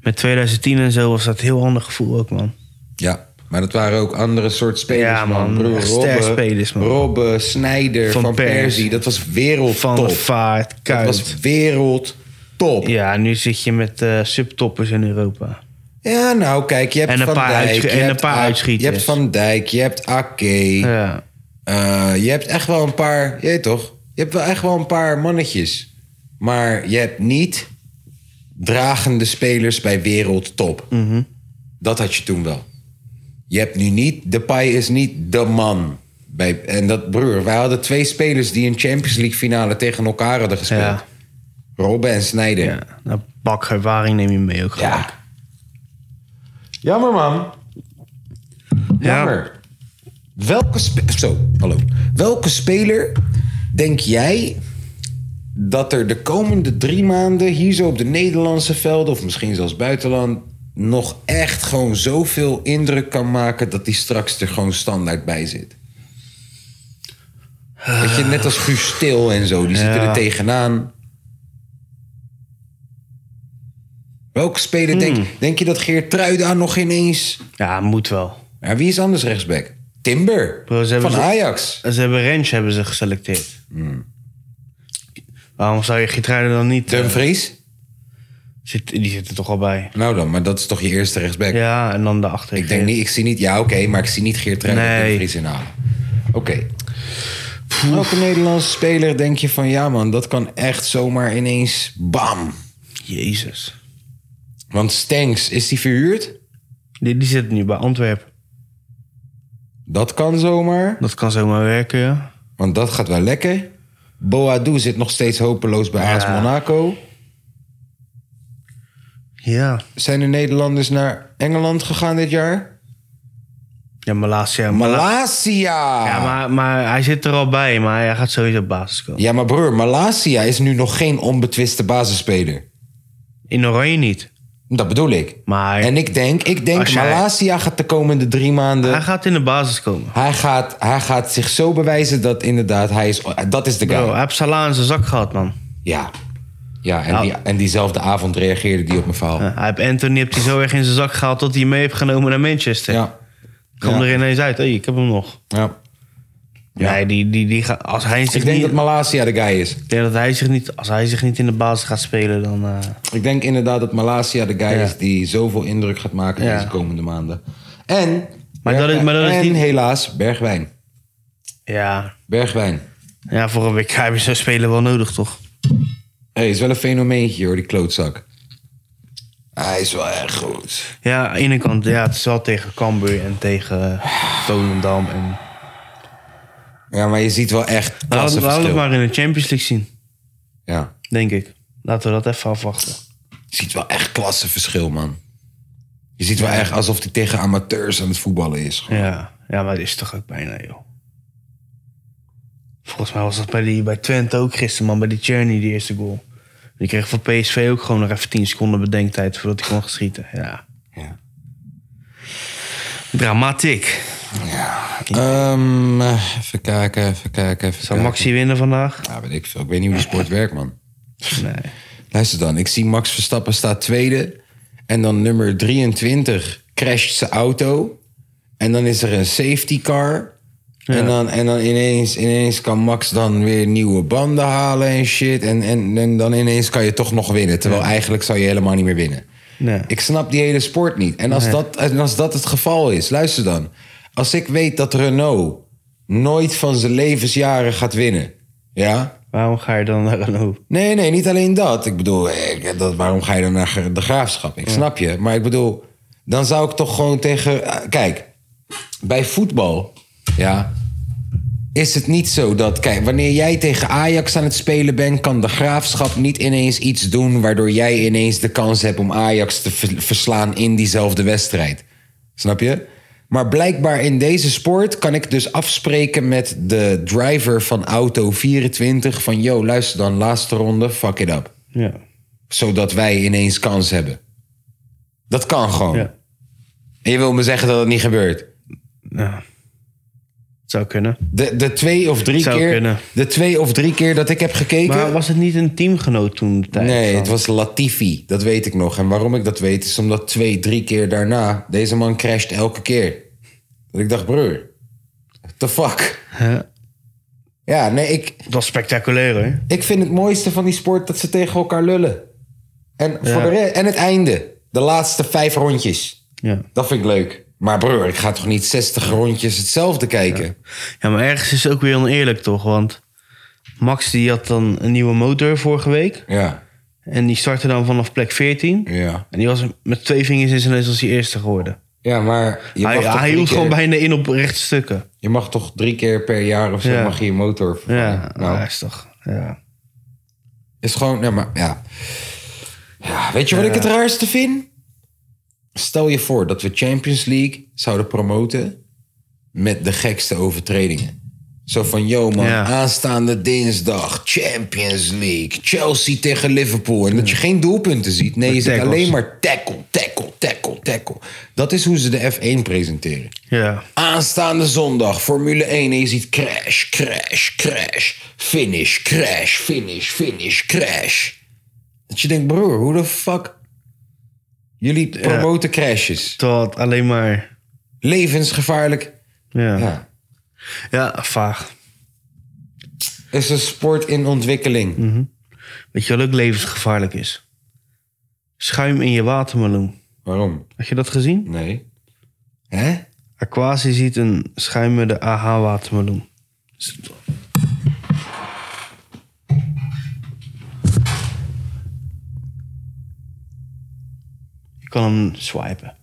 B: Met 2010 en zo was dat een heel ander gevoel ook, man.
C: ja. Maar dat waren ook andere soort spelers,
B: Ja, man.
C: Broer,
B: Echt
C: Robben-
B: sterspelers, man.
C: Robben, Snijder, Van,
B: Van Persie.
C: Persie. Dat was wereldtop.
B: Van de Vaart,
C: dat
B: Kuit.
C: was wereldtop. Ja.
B: Ja, nu zit je met eh, subtoppers in Europa.
C: nou kijk, je hebt
B: En een
C: Van
B: paar
C: Dijk.
B: uitsche-
C: je
B: en
C: hebt
B: een paar
C: A-
B: uitschieters.
C: Je hebt Van Dijk, je hebt Ake.
B: Ja.
C: Eh, je hebt echt wel een paar, je weet toch? Je hebt wel echt wel een paar mannetjes. Maar je hebt niet dragende spelers bij wereldtop.
B: Mhm.
C: Dat had je toen wel. Je hebt nu niet, Depay is niet de man. Bij, en dat broer, wij hadden twee spelers die een Champions League finale tegen elkaar hadden gespeeld.
B: Ja.
C: Robben en Sneijder.
B: ja. Nou, Bakker, Waring neem je mee ook gelijk.
C: Ja. Jammer, man. Jammer. Welke, spe- Zo, hallo. Welke speler denk jij dat er de komende drie maanden hier zo op de Nederlandse velden, of misschien zelfs buitenland, nog echt gewoon zoveel indruk kan maken dat die straks er gewoon standaard bij zit? Weet je, net als Guus Stil en zo, die zitten er tegenaan. Welke speler denk, denk je dat Geert Truida nog ineens...
B: Ja, moet wel.
C: Ja, wie is anders rechtsback? Timber
B: Bro, ze hebben
C: van
B: ze-
C: Ajax.
B: Ze hebben Rens hebben ze geselecteerd.
C: Hmm.
B: Waarom zou je Gitruiden dan niet... eh,
C: Dumfries?
B: zit, die zit er toch al bij.
C: Nou dan, maar dat is toch je eerste rechtsback?
B: Ja, en dan daarachter.
C: Ik denk niet, ik zie niet, ja oké, maar ik zie niet Geert Ruijden
B: Nee.
C: Dumfries inhalen. Oké. Welke Nederlandse speler denk je van, ja man, dat kan echt zomaar ineens bam.
B: Jezus.
C: Want Stenks, is die verhuurd?
B: Die, die zit nu bij Antwerpen.
C: Dat kan zomaar,
B: Dat kan zomaar werken, ja.
C: want dat gaat wel lekker. Boadu zit nog steeds hopeloos bij AS
B: Ja.
C: Monaco.
B: Ja.
C: Zijn de Nederlanders naar Engeland gegaan dit jaar?
B: Ja, Malasia.
C: Malasia!
B: Ja, maar, maar hij zit er al bij, maar hij gaat sowieso op basis komen.
C: Ja, maar broer, Malasia is nu nog geen onbetwiste basisspeler.
B: In Oranje niet.
C: Dat bedoel ik.
B: Maar-
C: en ik denk, ik denk
B: Als jij-
C: Malasia gaat de komende drie maanden...
B: Hij gaat in de basis komen.
C: Hij, gaat, hij gaat zich zo bewijzen dat inderdaad hij is... Dat is de guy.
B: Bro, hij heeft Salah in zijn zak gehad, man.
C: Ja. Ja, en,
B: Nou.
C: die, en diezelfde avond reageerde die op mijn verhaal. Ja.
B: Ja, hij heeft Anthony heeft hij zo erg in zijn zak gehaald dat hij hem mee heeft genomen naar Manchester.
C: Ja.
B: Kom
C: Ja.
B: er ineens uit. Hey, ik heb hem nog. Nee, die, die, die gaat, als hij zich
C: Ik denk
B: niet,
C: dat Malasia de guy is.
B: ik denk dat hij zich niet, als hij zich niet in de basis gaat spelen, dan. eh,
C: Ik denk inderdaad dat Malasia de guy
B: Ja.
C: is die zoveel indruk gaat maken
B: Ja.
C: deze komende maanden. En,
B: Maar dat is- maar dat is
C: en
B: niet-
C: helaas, Bergwijn.
B: ja.
C: Bergwijn.
B: ja, voor een WK hebben ze spelen wel nodig, toch?
C: hey, is wel een fenomeentje hoor, die klootzak. Hij is wel erg goed.
B: Ja, aan de ene kant, ja, het is wel tegen Cambuur en tegen eh, Volendam. En...
C: Ja, maar je ziet wel echt
B: Laten we- Laten we
C: klassenverschil.
B: het maar in de Champions League zien,
C: Ja,
B: denk ik. Laten we dat even afwachten.
C: je ziet wel echt klassenverschil, man. Je ziet wel echt alsof hij tegen amateurs aan het voetballen is.
B: Ja, ja maar het is toch ook bijna, joh. Volgens mij was dat bij, die, bij Twente ook gisteren, man. Bij die Journey, die eerste goal. Die kreeg van PSV ook gewoon nog even 10 seconden bedenktijd voordat hij kon gaan schieten. Ja.
C: Ja.
B: Dramatiek.
C: Ehm, eh, even kijken, even kijken, even
B: Zou
C: kijken.
B: Maxi winnen vandaag?
C: Ja, weet ik veel. Ik weet niet hoe die sport werkt, man.
B: Nee.
C: Luister dan, ik zie Max Verstappen staat tweede. En dan nummer 23 crasht zijn auto. En dan is er een safety car. En dan, en dan ineens, ineens kan Max dan weer nieuwe banden halen en shit. En, en, en dan ineens kan je toch nog winnen. Terwijl eigenlijk zou je helemaal niet meer winnen.
B: Nee.
C: Ik snap die hele sport niet. En als, dat, en als dat het geval is, luister dan. Als ik weet dat Renault nooit van zijn levensjaren gaat winnen. Ja?
B: Waarom ga je dan naar Renault?
C: Nee, nee, niet alleen dat. Ik bedoel, eh, dat, waarom ga je dan naar Ge- de graafschap? Ik snap je. Maar ik bedoel, dan zou ik toch gewoon tegen. eh, Kijk, bij voetbal, ja. Is het niet zo dat, kijk, wanneer jij tegen Ajax aan het spelen bent, kan de graafschap niet ineens iets doen waardoor jij ineens de kans hebt om Ajax te ver- verslaan in diezelfde wedstrijd? Snap je? Maar blijkbaar in deze sport kan ik dus afspreken met de driver van auto 24 van, yo, luister dan, laatste ronde, fuck it up.
B: Ja.
C: Zodat wij ineens kans hebben. Dat kan gewoon.
B: Ja.
C: En je wil me zeggen dat het niet gebeurt?
B: ja. Zou kunnen.
C: De, de twee of drie
B: Zou
C: keer.
B: kunnen.
C: De twee of drie keer dat ik heb gekeken.
B: Maar was het niet een teamgenoot toen de tijd?
C: nee,
B: van-
C: het was Latifi. Dat weet ik nog. En waarom ik dat weet is omdat twee, drie keer daarna. Deze man crasht elke keer. Dat ik dacht, broer, what the fuck?
B: Hè?
C: Ja, nee, ik,
B: Het was spectaculair, hè?
C: ik vind het mooiste van die sport dat ze tegen elkaar lullen. En, voor de re- en het einde. De laatste vijf rondjes.
B: Ja.
C: Dat vind ik leuk. Maar broer, ik ga toch niet 60 rondjes hetzelfde kijken?
B: ja, maar ergens is het ook weer oneerlijk, toch? Want Max die had dan een nieuwe motor vorige week.
C: Ja,
B: En die startte dan vanaf plek 14.
C: ja.
B: En die was met twee vingers in zijn neus als hij eerste geworden.
C: Ja, maar je mag,
B: Hij,
C: toch
B: hij
C: drie
B: hield
C: keer-
B: gewoon bijna in op rechte stukken.
C: je mag toch drie keer per jaar of zo
B: Ja.
C: mag je je motor vervangen?
B: Ja,
C: Nou,
B: dat is toch. Ja.
C: Is gewoon, ja, maar ja. ja weet je wat ik
B: Eh.
C: het raarste vind? Stel je voor dat we Champions League zouden promoten met de gekste overtredingen. Zo van, yo man,
B: Ja.
C: aanstaande dinsdag, Champions League, Chelsea tegen Liverpool. En dat je geen doelpunten ziet. Nee, je ziet
B: tackles.
C: alleen maar tackle, tackle, tackle, tackle. Dat is hoe ze de F1 presenteren.
B: ja.
C: Aanstaande zondag, Formule 1. En je ziet crash, crash, crash. Finish, crash, finish, finish, crash. Dat je denkt, broer, hoe de fuck... Jullie promoten crashes.
B: Terwijl het alleen maar.
C: Levensgevaarlijk.
B: Ja, ja.
C: Ja.
B: vaag.
C: Is een sport in ontwikkeling.
B: Weet je wat ook levensgevaarlijk is? Schuim in je watermeloen.
C: Waarom?
B: Had je dat gezien?
C: Nee. Hè?
B: Aquasi ziet een schuimende AH-watermeloen. Je kan hem swipen.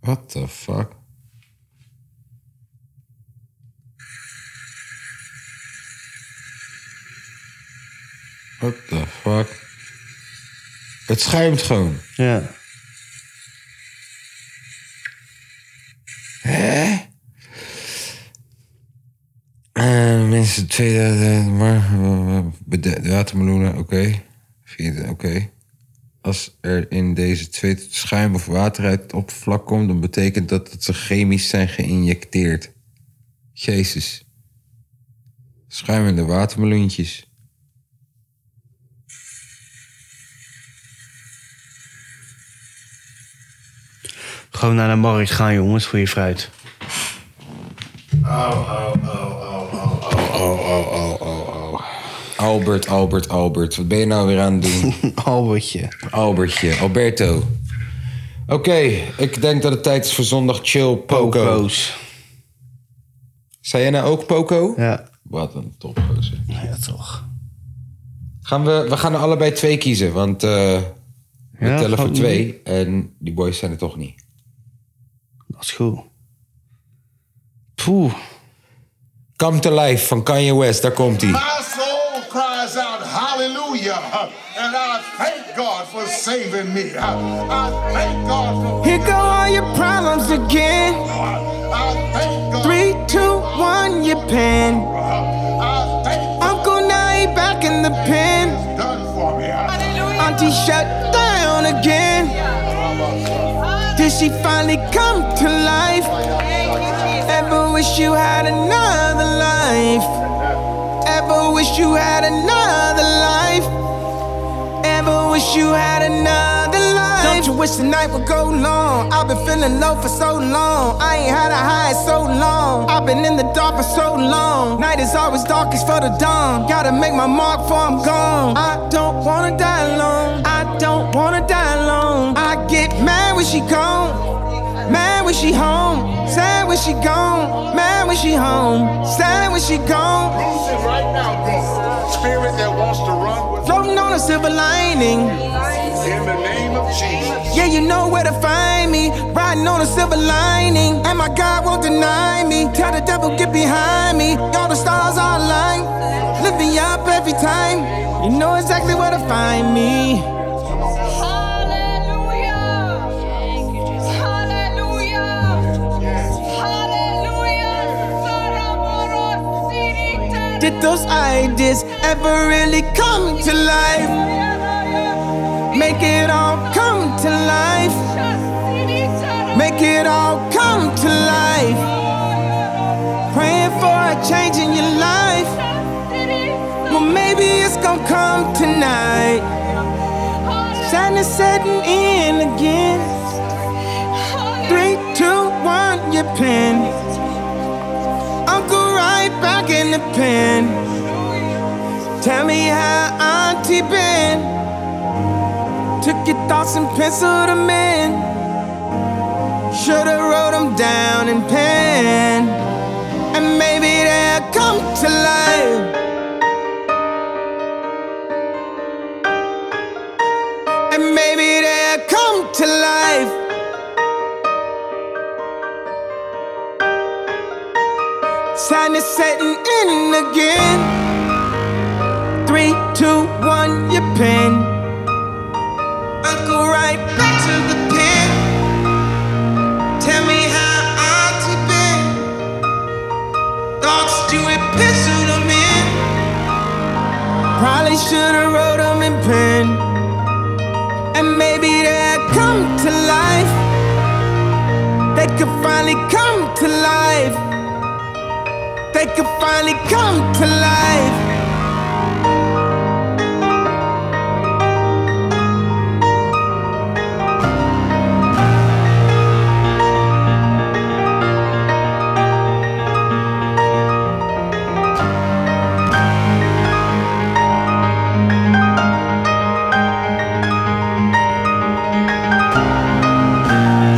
C: What the fuck? What the fuck? Het schuimt gewoon.
B: Ja.
C: Eh, mensen, tweede, eh, maar eh, bede- watermeloenen, oké. Vierde, oké. Als er in deze twee schuim of water uit het oppervlak komt, dan betekent dat dat ze chemisch zijn geïnjecteerd. Jezus. Schuimende watermeloentjes.
B: Gewoon naar de markt gaan, jongens, voor je fruit.
C: Oh, Albert, Albert, Albert. Wat ben je nou weer aan het doen?
B: Albertje.
C: Albertje, Alberto. Oké, ik denk dat het tijd is voor zondag chill Poco. Zei jij nou ook Poco?
B: Ja.
C: Wat een topgozer.
B: Ja, toch.
C: Gaan we, we gaan er allebei twee kiezen, want eh, we
B: Ja,
C: tellen voor
B: gaan we
C: twee. En die boys zijn er toch niet.
B: Dat is goed. Poeh.
C: Come to Life van Kanye West, daar komt hij.
F: My soul cries out hallelujah, and I thank God for saving me. I, I thank God for.
G: Here go all your problems again.
F: I thank God.
G: Three, two, one, your pen.
F: I thank
G: Uncle Nye back in the pen.
F: God done for me. I,
G: Auntie shut down again. Did she finally come to life? Ever wish you had another life? Ever wish you had another life? Ever wish you had another life? Don't you wish the night would go long? I've been feeling low for so long. I ain't had a high in so long. I've been in the dark for so long. Night is always darkest for the dawn. Gotta make my mark before I'm gone. I don't wanna die alone. I don't wanna die alone. I get mad when she gone. Mad when she home. Sad when she gone. Mad when she home. Sad when she gone.
F: loose it right now, God. Spirit that wants to run with
G: Floating on a silver lining.
F: in the name of Jesus.
G: Yeah, you know where to find me. Riding on a silver lining. And my God won't deny me. Tell the devil, get behind me. All the stars are aligned. Lift me up every time. You know exactly where to find me. Did those ideas ever really come to life? Make it all come to life. Make it all come to life. Praying for a change in your life. Well, maybe it's gonna come tonight. Sad is setting in again. Three, two, one, your pen. I'll go right back in the pen. Tell me how Auntie been. Took your thoughts and penciled them in. Should've wrote them down in pen. And maybe they'll come to life. and maybe they'll come to life. Sun is setting in again. Three, two, one, your pen. I'll go right back to the pen. Tell me how I've been. Thoughts to epistle them in. Probably should've wrote them in pen and maybe they'll come to life. They could finally come to life. They could finally come to life.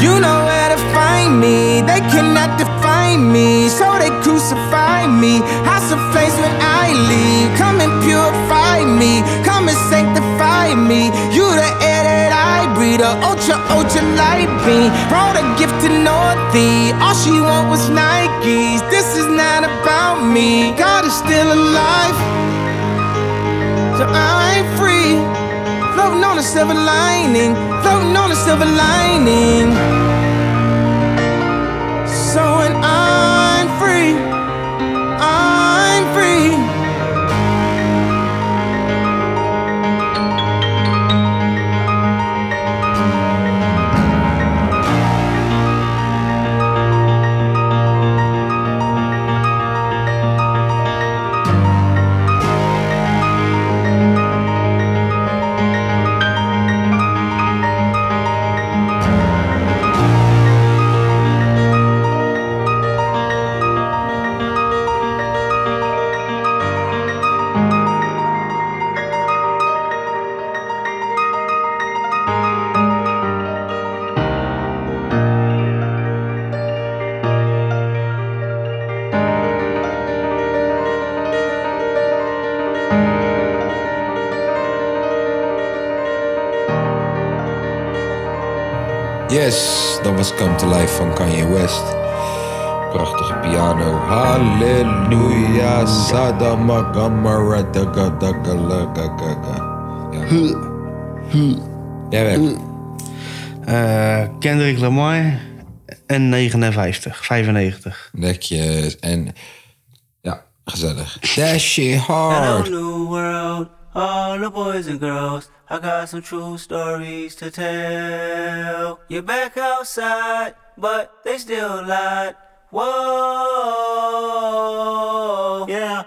G: You know where to find me. They cannot define me, so they crucify me. House of flames when I leave. Come and purify me. Come and sanctify me. You the air that I breathe, the ultra ultra light beam. Brought a gift to Northie. All she want was Nikes. This is not about me. God is still alive, so I'm free. Floating on a silver lining, floating on a silver lining. So when I'm free, I'm free.
C: Yes, dat was Come to Life van Kanye West. Prachtige piano. Halleluja, sadama gamara daga daga la, ga, ga, ga. Ja. Jij weg.
B: Eh, Kendrick Lamar en 59, 95.
C: Netjes en... Ja, gezellig. That shit hard.
H: Hello, new world, all the boys and girls. I got some true stories to tell. You're back outside, but they still lied. Whoa, yeah.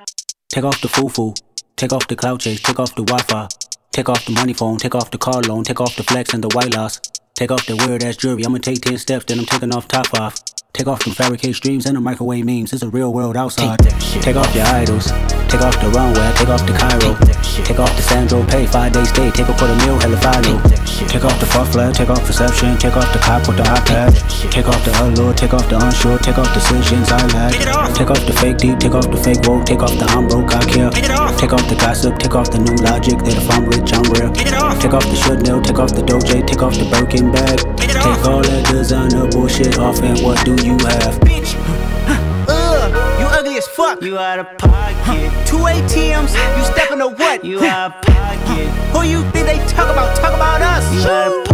H: Take off the foo-foo. Take off the cloud chase. Take off the Wi-Fi. Take off the money phone. Take off the car loan. Take off the flex and the white loss. Take off that weird ass jewelry. I'ma take ten steps, then I'm taking off top off. Take off them fabricate streams and the microwave memes. It's a real world outside. Take, off your idols. Take off the runway. Take off the Cairo. Take, off the Sandro Pay. Five days stay. Take a quarter meal. Hella final. Take, off the fuck flag. Take off perception. Take off the cop with the iPad. Take, off the allure. Take off the unsure. Take off decisions I lack. Take, off the fake deep. Take off the fake woke. Take off the I'm broke. I care. Take, off the gossip. Take off the new logic that if I'm rich I'm real. Take off the should know. Take off the doje. Take off the Birkin bag. Take all that designer bullshit off and what do you have?
I: Ugh, you ugly as fuck.
H: You out of pocket.
I: Two ATMs, you stepping to what?
H: You out of pocket.
I: Who you think they talk about? Talk about us.
H: You out of pocket.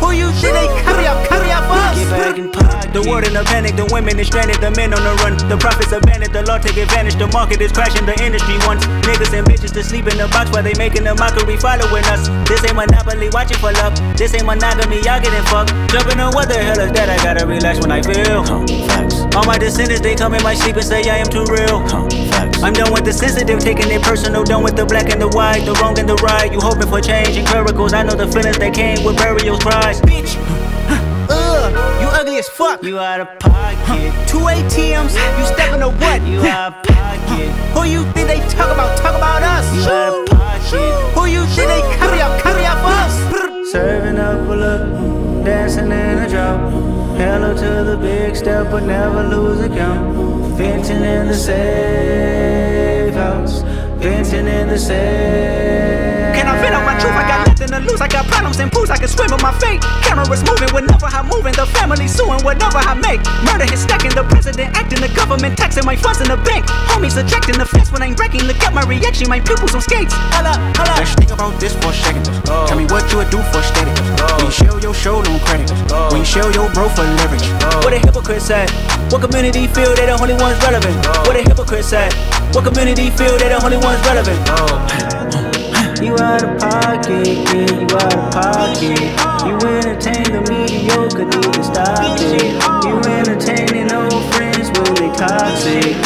J: Who you shit? They hurry up, hurry up, us.
G: Get back in pocket. The world in a panic, the women is stranded, the men on the run. The profits abandoned, the law take advantage, the market is crashing, the industry wants niggas and bitches to sleep in the box while they making a mockery following us. This ain't monopoly, watch it for love. This ain't monogamy, y'all getting fucked. Jumping on what the hell is that? I gotta relax when I feel. All my descendants, they come in my sleep and say I am too real. I'm done with the sensitive, taking it personal. Done with the black and the white, the wrong and the right. You hoping for change and miracles. I know the feelings that came with burials, cries. Bitch,
J: Ugh, you ugly as fuck. You out of pocket. Two ATMs, you stepping to what? You out of pocket. Who you think they talk about? Talk about us. You out of pocket. Who you think they hurry up, hurry up us?
G: Serving up a look, dancing in a drop. Hello to the big step, but never lose a count. Venting in the safe house, venting in the safe.
J: Can I vent on my truth? I got nothing to lose. I got problems and pools. I can swim with my fate. Cameras moving whenever I'm moving. The family suing whatever I make. Murder is stacking. The president acting. The government taxing my funds in the bank. Homies ejecting the fence when I'm breaking. Look at my reaction. My pupils on skates. Hold up, hold up.
K: Let's think about this for a second. Tell me what you would do for status. When you show your show no credit. When you show your bro for leverage.
G: What a hypocrite said. What community feel they the only ones relevant? What a hypocrite said. What community feel they the only ones relevant? You out of pocket, yeah, you out of pocket. You entertain the mediocre, need to stop it. You entertaining old friends when they toxic.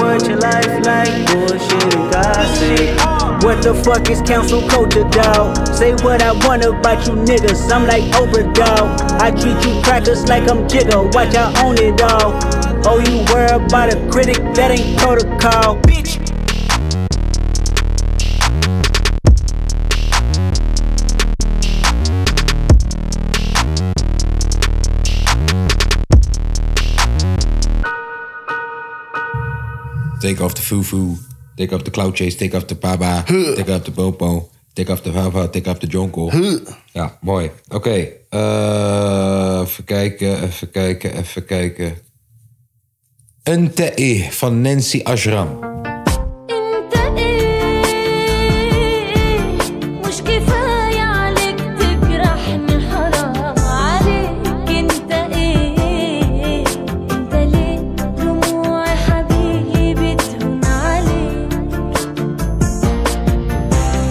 G: What your life like? Bullshit and gossip. What the fuck is council culture, dog? Say what I want about you niggas. I'm like Oprah, dog. I treat you crackers like I'm Jigga. Watch I own it all. Oh, you worry about a critic that ain't protocol, bitch.
C: Take off the fufu. Take off the cloud chase. Take off de baba. Take off de popo. Take off de papa. Take off de jonko. Ja, mooi. Oké. eh, even kijken, even kijken, even kijken. Een te van Nancy Ashram.
H: ايه؟ مش كفاية عليك تجرحني حرام عليك انت ايه انت ليه دموعي حبيبي بتهون عليك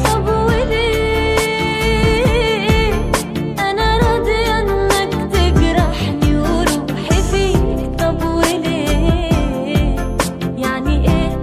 H: طب وليه انا راضية انك تجرحني
J: إيه؟
H: وروحي فيك طب وليه يعني ايه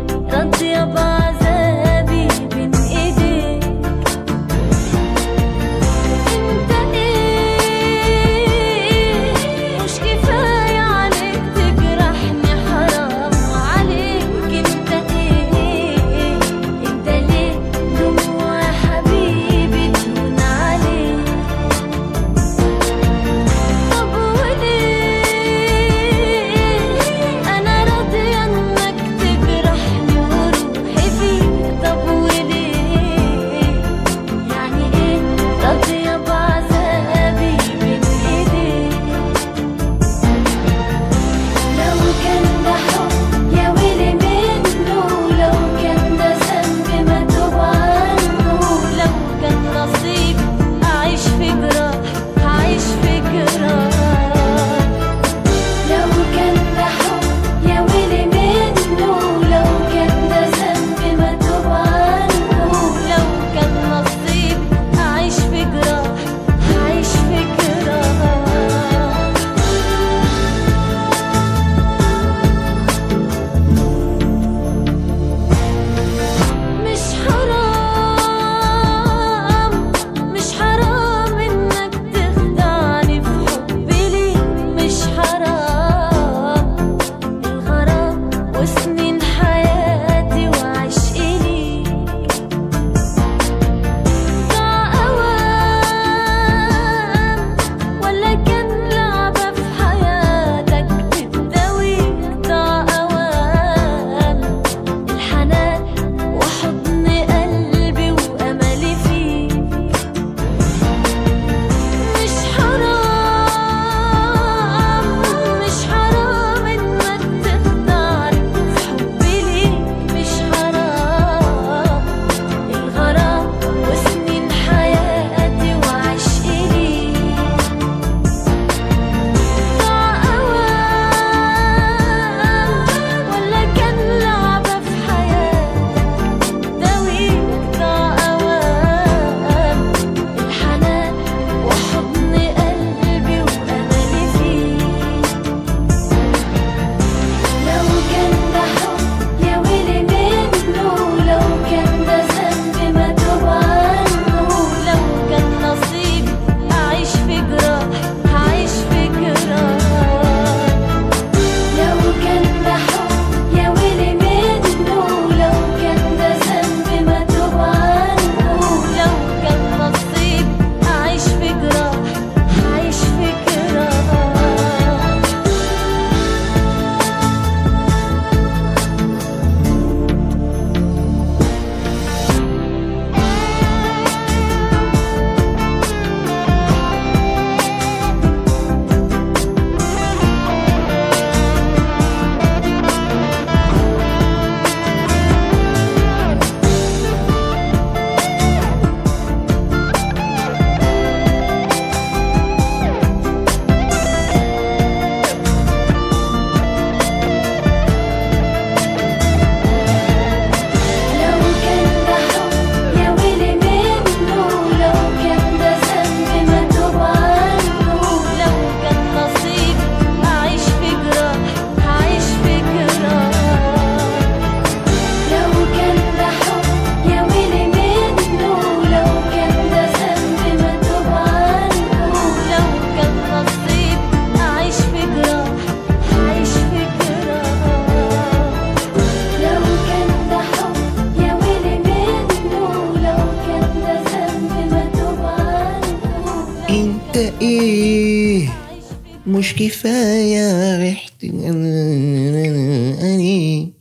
L: مش كفاية ريحتك أنا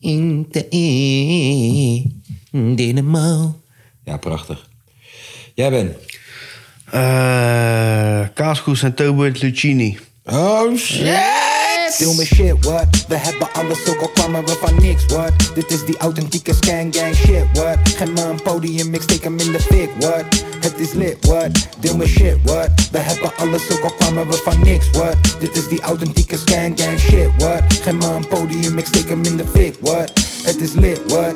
L: أنت إيه دينامو
C: Ja, prachtig. Jij bent?
B: Eh, kaaskoes en Tobert Lucini.
C: Oh shit!
L: Doe me
A: shit, what? We hebben alles, ook al kwamen we van niks, what? Dit is die authentieke scan gang shit, what? Geef me een podium, ik steek hem in de fik, what? Het is lit, what? Doe me shit, what? We hebben alles, ook al kwamen we van niks, what? Dit is die authentieke scan gang shit, what? Geef me een podium, ik steek hem in de fik, what? Het is lit, what?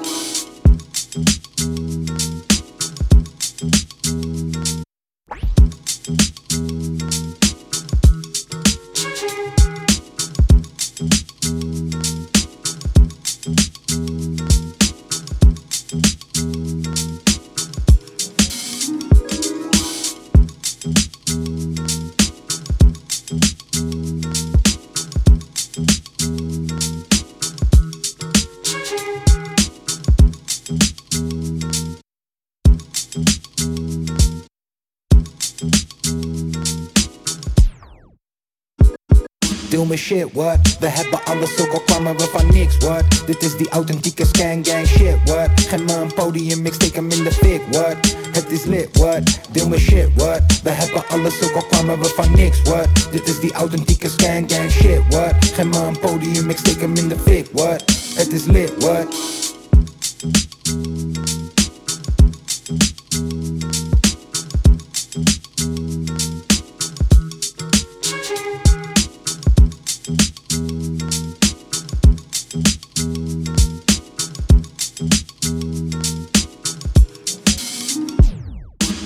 A: Doe me shit, what? We hebben alles, ook al kwamen we van niks, what? Dit is die authentieke scan gang shit, what? Geef me een podium, ik steek hem in de fik, what? Het is lit, what? Doe me shit, what? We hebben alles, ook al kwamen we van niks, what? Dit is die authentieke scan gang shit, what? Geef me een podium, ik steek hem in de fik, what? Het is lit, what?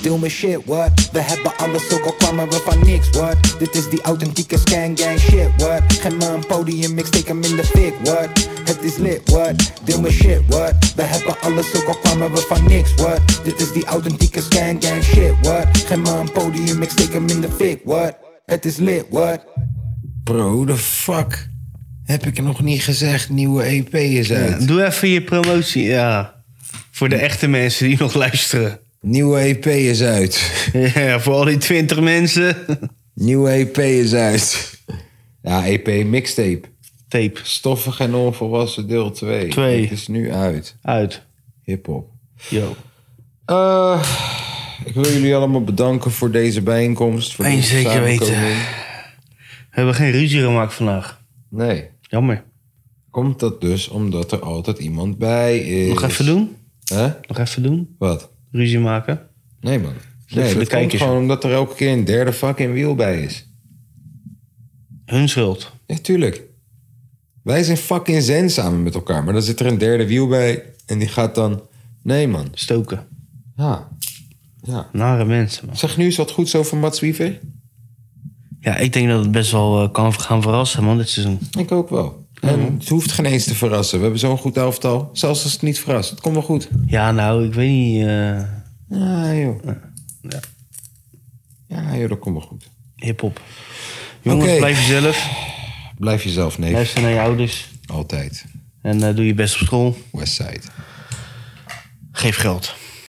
A: Doe me shit, what? We hebben alles, ook al kwamen we van niks, what? Dit is die authentieke scan gang shit, what? Geef me een podium, ik steek hem in de fik, what? Het is lit, what? Doe me shit, what? We hebben alles, ook al kwamen we van niks, what? Dit is die authentieke scan gang shit, what? Geef me een podium, ik steek hem in de fik, what? Het is lit, what?
C: Bro, the fuck. Heb ik nog niet gezegd, nieuwe EP is uit.
B: Eh, Doe even je promotie, ja. Voor de echte mensen die nog luisteren.
C: Nieuwe EP is uit.
B: Ja, voor al die twintig mensen.
C: Nieuwe EP is uit. Ja, EP mixtape.
B: Tape.
C: Stoffig en onvolwassen deel 2.
B: Twee.
C: Het is nu uit.
B: Uit.
C: Hip-hop. Eh,
B: Yo.
C: ik wil jullie allemaal bedanken voor deze bijeenkomst. Voor
B: Eén
C: deze
B: zeker weten. We hebben geen ruzie gemaakt vandaag.
C: Nee.
B: Jammer.
C: Komt dat dus omdat er altijd iemand bij is?
B: Nog even doen?
C: Hè?
B: Nog even doen?
C: Wat?
B: Ruzie maken?
C: Nee, man.
B: voor de
C: Nee, dat komt
B: kijkers,
C: gewoon omdat er elke keer een derde fucking wiel bij is.
B: Hun schuld.
C: Ja, tuurlijk. Wij zijn fucking zen samen met elkaar. Maar dan zit er een derde wiel bij en die gaat dan... Nee, man.
B: Stoken.
C: Ja. ja.
B: Nare mensen, man.
C: Zeg nu eens wat goeds over Mats Wiever.
B: Ja, ik denk dat het best wel eh, kan gaan verrassen, man, dit seizoen.
C: Ik ook wel. En het hoeft geen eens te verrassen. We hebben zo'n goed elftal. Zelfs als het niet verrast. Het komt wel goed.
B: Ja, nou, ik weet niet. eh,
C: Ah, joh. Ja, joh, dat komt wel goed.
B: Hip-hop. Jongens,
C: Oké.
B: blijf jezelf.
C: Blijf jezelf, neef.
B: Luister naar je ouders.
C: Altijd.
B: En eh, doe je best op school.
C: Westside.
B: Geef geld.